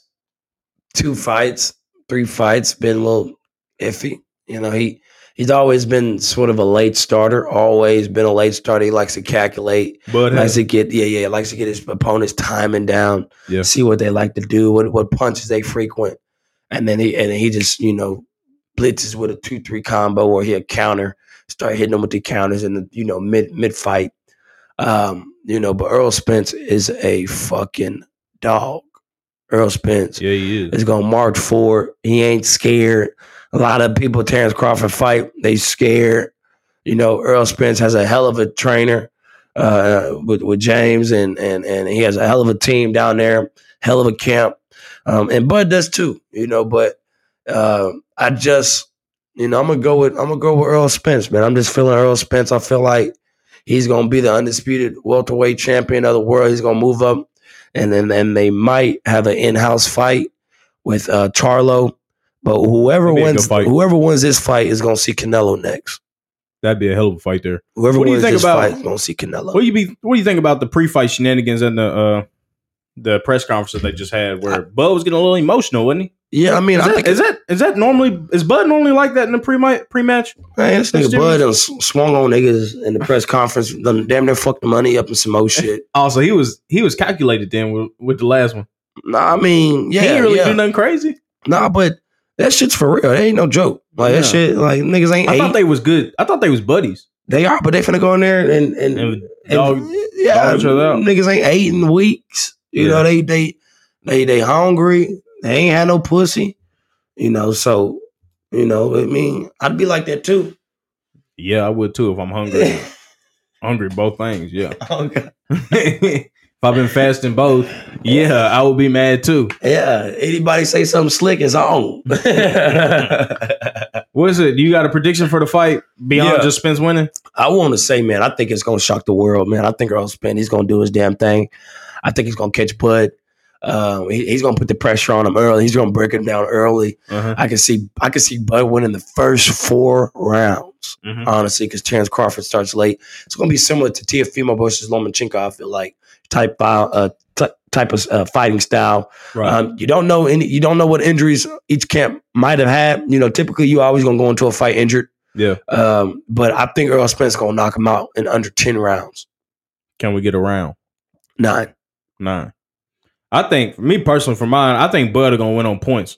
two fights, three fights, been a little iffy. You know, he He's always been sort of a late starter. Always been a late starter. He likes to calculate.
But
Likes to get yeah yeah. Likes to get his opponents timing down.
Yeah.
See what they like to do. What what punches they frequent, and then he and then he just you know blitzes with a two three combo or he'll counter. Start hitting them with the counters in the you know mid mid fight. Um, you know, but Earl Spence is a fucking dog. Earl Spence
yeah, he is.
is gonna march forward. He ain't scared. A lot of people Terrence Crawford fight, they scared. You know, Earl Spence has a hell of a trainer uh, with with James, and and and he has a hell of a team down there, hell of a camp, um, and Bud does too. You know, but uh, I just, you know, I'm gonna go with I'm gonna go with Earl Spence, man. I'm just feeling Earl Spence. I feel like he's gonna be the undisputed welterweight champion of the world. He's gonna move up, and then and they might have an in house fight with uh, Charlo. But whoever
That'd be a
wins,
good fight.
whoever wins this fight is gonna see Canelo next.
That'd be a hell of a fight there.
Whoever
What do you
wins
think
this
about-
fight is gonna see Canelo.
What do you be? What do you think about the pre-fight shenanigans and the uh, the press conference that they just had, where Bud was getting a little emotional, wasn't he?
yeah, I mean,
Is
I
that,
think
is that is that normally is Bud normally like that in the pre pre match?
Man, this
Let's
nigga
do
Bud done s- swung on niggas in the press conference, done damn near fucked the money up and
*laughs*
some old shit.
Also, Oh, he was he was calculated then with, with the last one.
Nah, I mean,
he
yeah,
didn't really
yeah.
do nothing crazy.
nah, but that shit's for real. That ain't no joke. Like that
Yeah.
shit, like niggas ain't.
I
I
thought they was good. I thought they was buddies.
they, are, but they finna go in there and and,
And
and-
dog-
yeah,
dog each other out.
niggas ain't ate in weeks.
Yeah.
You know, they they they they hungry. They ain't had no pussy. You know, so you know, I mean, I'd be like
*laughs*
that too.
yeah, I would too if I'm
*laughs*
hungry. hungry, both things. Yeah. *laughs*
Okay.
if I've been fasting both, yeah, I would be mad too.
Yeah, anybody say something slick, it's on.
*laughs* What is it? You got a prediction for the fight beyond
Yeah.
just Spence winning?
I want to say, man, I think it's gonna shock the world, man. I think Earl Spence, he's gonna do his damn thing. I think he's gonna catch Bud. Um, he- he's gonna put the pressure on him early. He's gonna break him down early.
Uh-huh.
I can see, I can see Bud winning the first four rounds,
Mhm.
honestly, because Terrence Crawford starts late. It's gonna be similar to Tiafimo versus Lomachenko. I feel like type file, uh, ty- type of uh, fighting style.
Right.
Um, you don't know any, you don't know what injuries each camp might have had. You know, typically you always gonna go into a fight injured.
yeah.
Um, but I think Earl Spence gonna knock him out in under ten rounds.
Can we get around?
Nine.
Nine. I think, for me personally, for mine, I think Bud are going to win on points.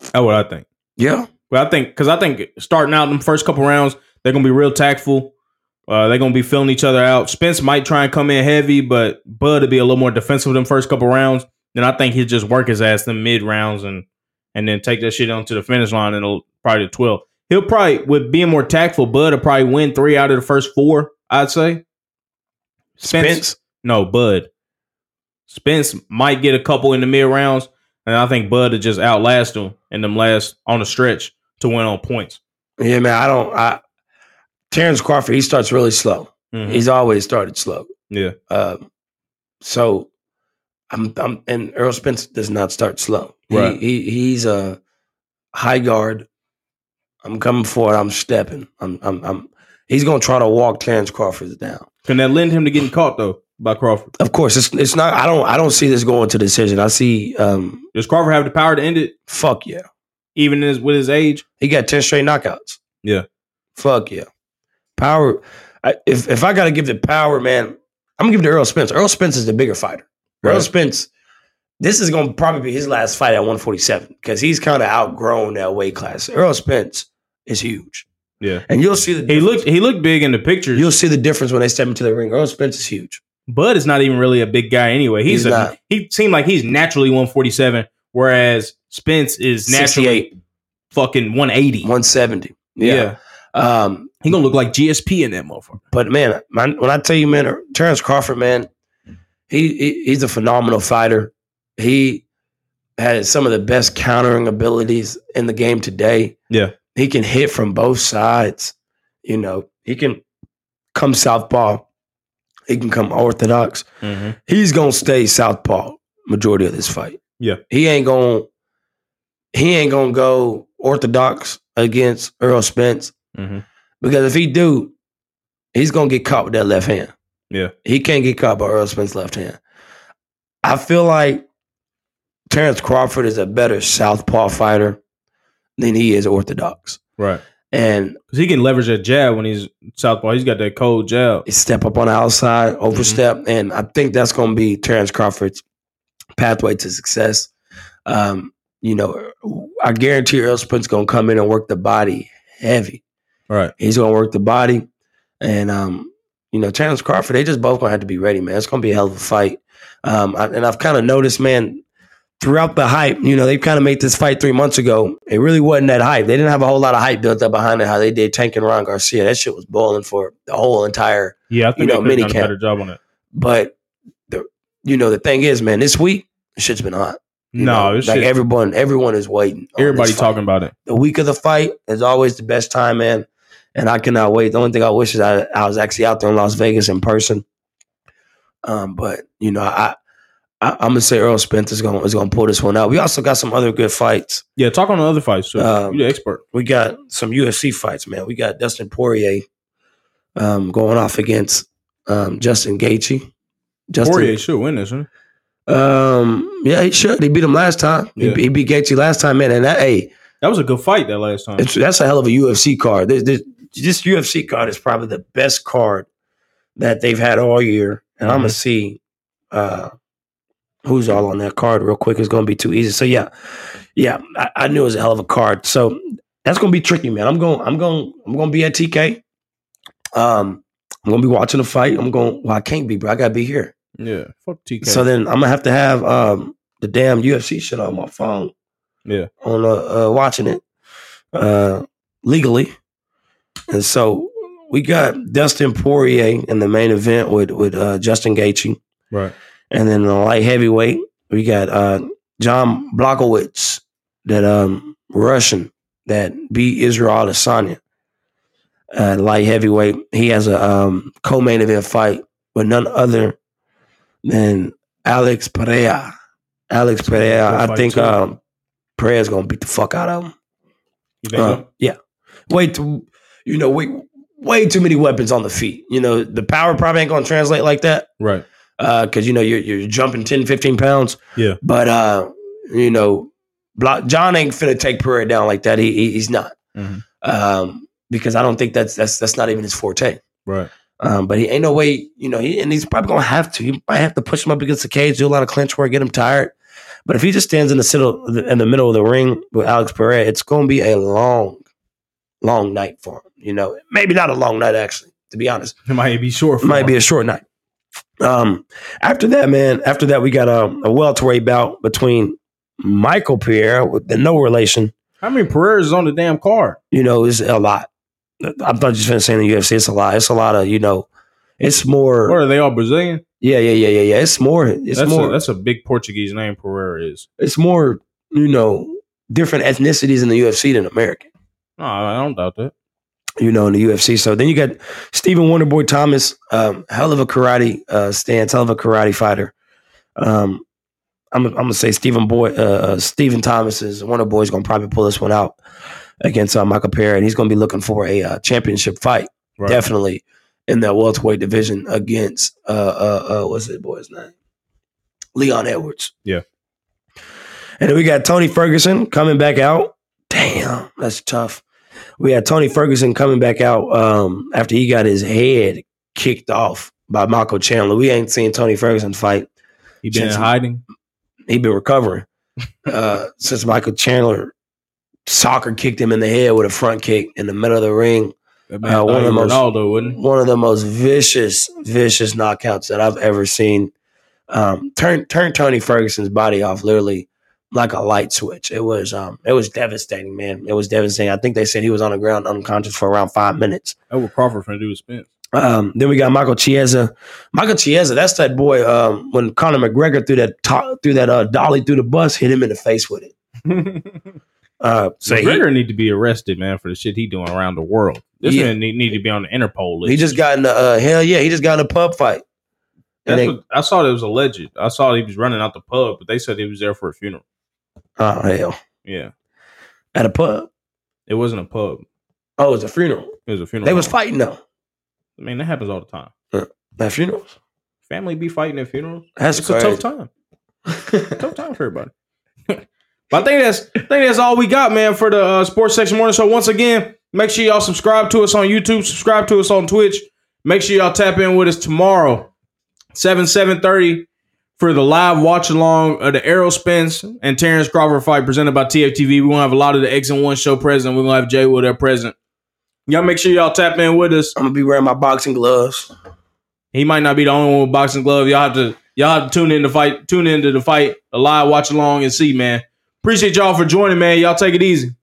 That's what I think.
Yeah.
But I think because I think starting out in the first couple rounds, they're gonna be real tactful. Uh, they're gonna be filling each other out. Spence might try and come in heavy, but Bud will be a little more defensive them first couple rounds. Then I think he'll just work his ass them mid rounds and and then take that shit onto the finish line and it'll probably to twelve. He'll probably with being more tactful, Bud will probably win three out of the first four. I'd say.
Spence.
No, Bud. Spence might get a couple in the mid rounds, and I think Bud would just outlast him in them last on the stretch to win on points.
Yeah, man. I don't. I Terrence Crawford. He starts really slow.
Mhm.
He's always started slow.
Yeah,
Um, so I'm, I'm. And Earl Spence does not start slow. He-
Right.
He, he's a high guard. I'm coming forward. I'm stepping. I'm. I'm. I'm he's gonna try to walk Terrence Crawford down.
can that lend him to getting caught though by Crawford?
Of course, it's it's not. I don't. I don't see this going to decision. I see. Um.
Does Crawford have the power to end it,
Fuck yeah.
even his, with his age?
He got ten straight knockouts.
Yeah.
Fuck yeah. Power. I, if if I gotta give the power, man, I'm gonna give it to Earl Spence. Earl Spence is the bigger fighter. Earl
Right.
Spence. This is gonna probably be his last fight at 147 because he's kind of outgrown that weight class. Earl Spence is huge,
Yeah,
and you'll see the
he looked he looked big in the pictures.
you'll see the difference when they step into the ring. Earl Spence is huge.
Bud is not even really a big guy anyway. He's,
He's
a,
not.
he seemed like he's naturally 147, whereas Spence is naturally
68,
fucking 180.
170.
yeah.
Um,
he gonna look like GSP in that motherfucker.
But man, my, when I tell you, man, Terrence Crawford, man, he, he he's a phenomenal fighter. He has some of the best countering abilities in the game today.
Yeah.
he can hit from both sides. You know, he can come southpaw. He can come orthodox. He's gonna stay southpaw majority of this fight.
Yeah.
he ain't gonna he ain't gonna go orthodox against Earl Spence.
Mm-hmm.
Because if he do, he's gonna get caught with that left hand.
Yeah.
He can't get caught by Earl Spence's left hand. I feel like Terrence Crawford is a better southpaw fighter than he is orthodox.
Right.
And
Because he can leverage that jab when he's southpaw. He's got that cold jab.
he step up on the outside, overstep, and I think that's going to be Terrence Crawford's pathway to success. Um, you know, I guarantee Earl Sprint's going to come in and work the body heavy.
Right.
He's going to work the body, and um, you know, Terrence Crawford. They just both going to have to be ready, man. It's going to be a hell of a fight. Um, I, and I've kind of noticed, man, throughout the hype. You know, they've kind of made this fight three months ago. It really wasn't that hype. They didn't have a whole lot of hype built up behind it. How they did Tank and Ron Garcia. That shit was boiling for the whole entire
Yeah, I
You
think
know,
they could have done
minicamp.
a better job on it.
but the you know the thing is, man, this week shit's been hot. You
No,
know,
it's
like
shit-
everyone, everyone is waiting. on
everybody
this fight.
talking about it.
The week of the fight is always the best time, man, and I cannot wait. The only thing I wish is I, I was actually out there in Las Vegas in person. Um, but you know, I, I I'm gonna say Earl Spence is gonna is gonna pull this one out. We also got some other good fights.
Yeah, talk on the other fights too.
Um,
You're the expert.
We got some UFC fights, man. We got Dustin Poirier um, going off against um, Justin Gaethje. Justin
Poirier should win this, huh?
Um, yeah, he should. He beat him last time. He-
Yeah.
He, beat Gaethje last time, man. And that, hey,
That was a good fight that last time.
it's, that's a hell of a UFC card. This, this, this UFC card is probably the best card that they've had all year. And I'm gonna
Mhm.
see uh, who's all on that card real quick. It's gonna be too easy. So yeah, yeah, I, I knew it was a hell of a card. So that's gonna be tricky, man. I'm going, I'm going, I'm gonna be at TK. Um, I'm gonna be watching the fight. I'm going. Well, I can't be, but I gotta be here.
yeah, fuck TK.
So then I'm gonna have to have um the damn UFC shit on my phone.
Yeah.
On uh, uh watching it uh legally. And so we got Dustin Poirier in the main event with with uh Justin Gaethje
right,
and then the light heavyweight we got uh John Blockowitz that um Russian that beat Israel Adesanya. Uh, light heavyweight. He has a um, co-main event fight with none other than Alex Pereira. Alex Pereira.
Good
I
fight,
think
too.
um, Pereira's gonna beat the fuck out of him.
you think
Uh,
so?
yeah. Way too, you know, way way too many weapons on the feet. You know, the power probably ain't gonna translate like that
right.
because Uh, you know you're you're jumping 10, 15 pounds.
Yeah.
But uh, you know, Blo- John ain't finna take Pereira down like that. He, he he's not.
Mhm.
Um, because I don't think that's that's that's not even his forte.
Right.
Um, but he ain't no way, you know, he and he's probably gonna have to. He might have to push him up against the cage, do a lot of clinch work, get him tired. But if he just stands in the middle in the middle of the ring with Alex Pereira, it's gonna be a long, long night for him. You know, maybe not a long night actually, to be honest.
It might be short.
It
For
might be a short night. Um, after that, man, after that, we got um, a welterweight bout between Michael Pierre, with the no relation.
How many Pereira's is on the damn card?
You know, is a lot. I'm not just gonna say in the UFC. It's a lot. It's a lot of you know. It's more.
What are they all Brazilian?
Yeah, yeah, yeah, yeah, yeah. It's more. It's
that's
more.
a, that's a big Portuguese name. Pereira is.
it's more. You know, different ethnicities in the UFC than American.
No, I I don't doubt that.
You know, in the UFC. So then you got Stephen Wonderboy Thomas, um, hell of a karate uh, stance, hell of a karate fighter. Um, I'm, I'm gonna say Stephen Boy, uh, uh, Stephen Thomas is Wonderboy's gonna probably pull this one out against uh, Michael Pereira, and he's gonna be looking for a uh, championship fight,
Right.
definitely in that welterweight division against uh, uh, uh, what's that boy's name? Leon Edwards.
Yeah.
And then we got Tony Ferguson coming back out. Damn, that's tough. We had Tony Ferguson coming back out um, after he got his head kicked off by Michael Chandler. We ain't seen Tony Ferguson fight.
He been in
Since-
hiding.
He
*laughs*
been recovering uh, since Michael Chandler soccer kicked him in the head with a front kick in the middle of the ring.
That man
uh,
thought
one of
he
the most-
Ronaldo, wouldn't he?
One of the most vicious, vicious knockouts that I've ever seen. Um, turn turn Tony Ferguson's body off literally like a light switch. It was um it was devastating, man. It was devastating. I think they said he was on the ground unconscious for around five minutes.
That's what Crawford finna do with Spence.
Um, then we got Michael Chiesa. Michael Chiesa, that's that boy. Um, when Conor McGregor threw that to- threw that uh, dolly through the bus, hit him in the face with it.
*laughs*
Uh, so he,
McGregor need to be arrested, man, for the shit he doing around the world. This
Yeah.
man need, need to be on the Interpol list.
he just got in the uh, hell yeah, he just got in a pub fight. And
That's
they,
what, I saw that it was alleged. I saw he was running out the pub, but they said he was there for a funeral.
oh hell,
Yeah,
at a pub.
it wasn't a pub.
Oh, it was a funeral.
It was a funeral.
They was
home.
fighting though
I mean, that happens all the time.
at funerals.
Family be fighting at funerals.
That's
it's
crazy.
a tough time. Tough time for everybody. *laughs* but I think that's I think that's all we got, man, for the uh, sports section morning. So once again, Make sure y'all subscribe to us on YouTube. Subscribe to us on Twitch. Make sure y'all tap in with us tomorrow, seven seven thirty, for the live watch along of the Errol Spence and Terrence Crawford fight presented by TFTV. We're gonna have a lot of the X and One show present. We're gonna have Jay Wood there present. Y'all make sure y'all tap in with us.
I'm gonna be wearing my boxing gloves.
He might not be the only one with boxing glove. Y'all have to y'all have to tune in to fight. Tune into the fight, the live watch along and see, man. Appreciate y'all for joining, man. Y'all take it easy.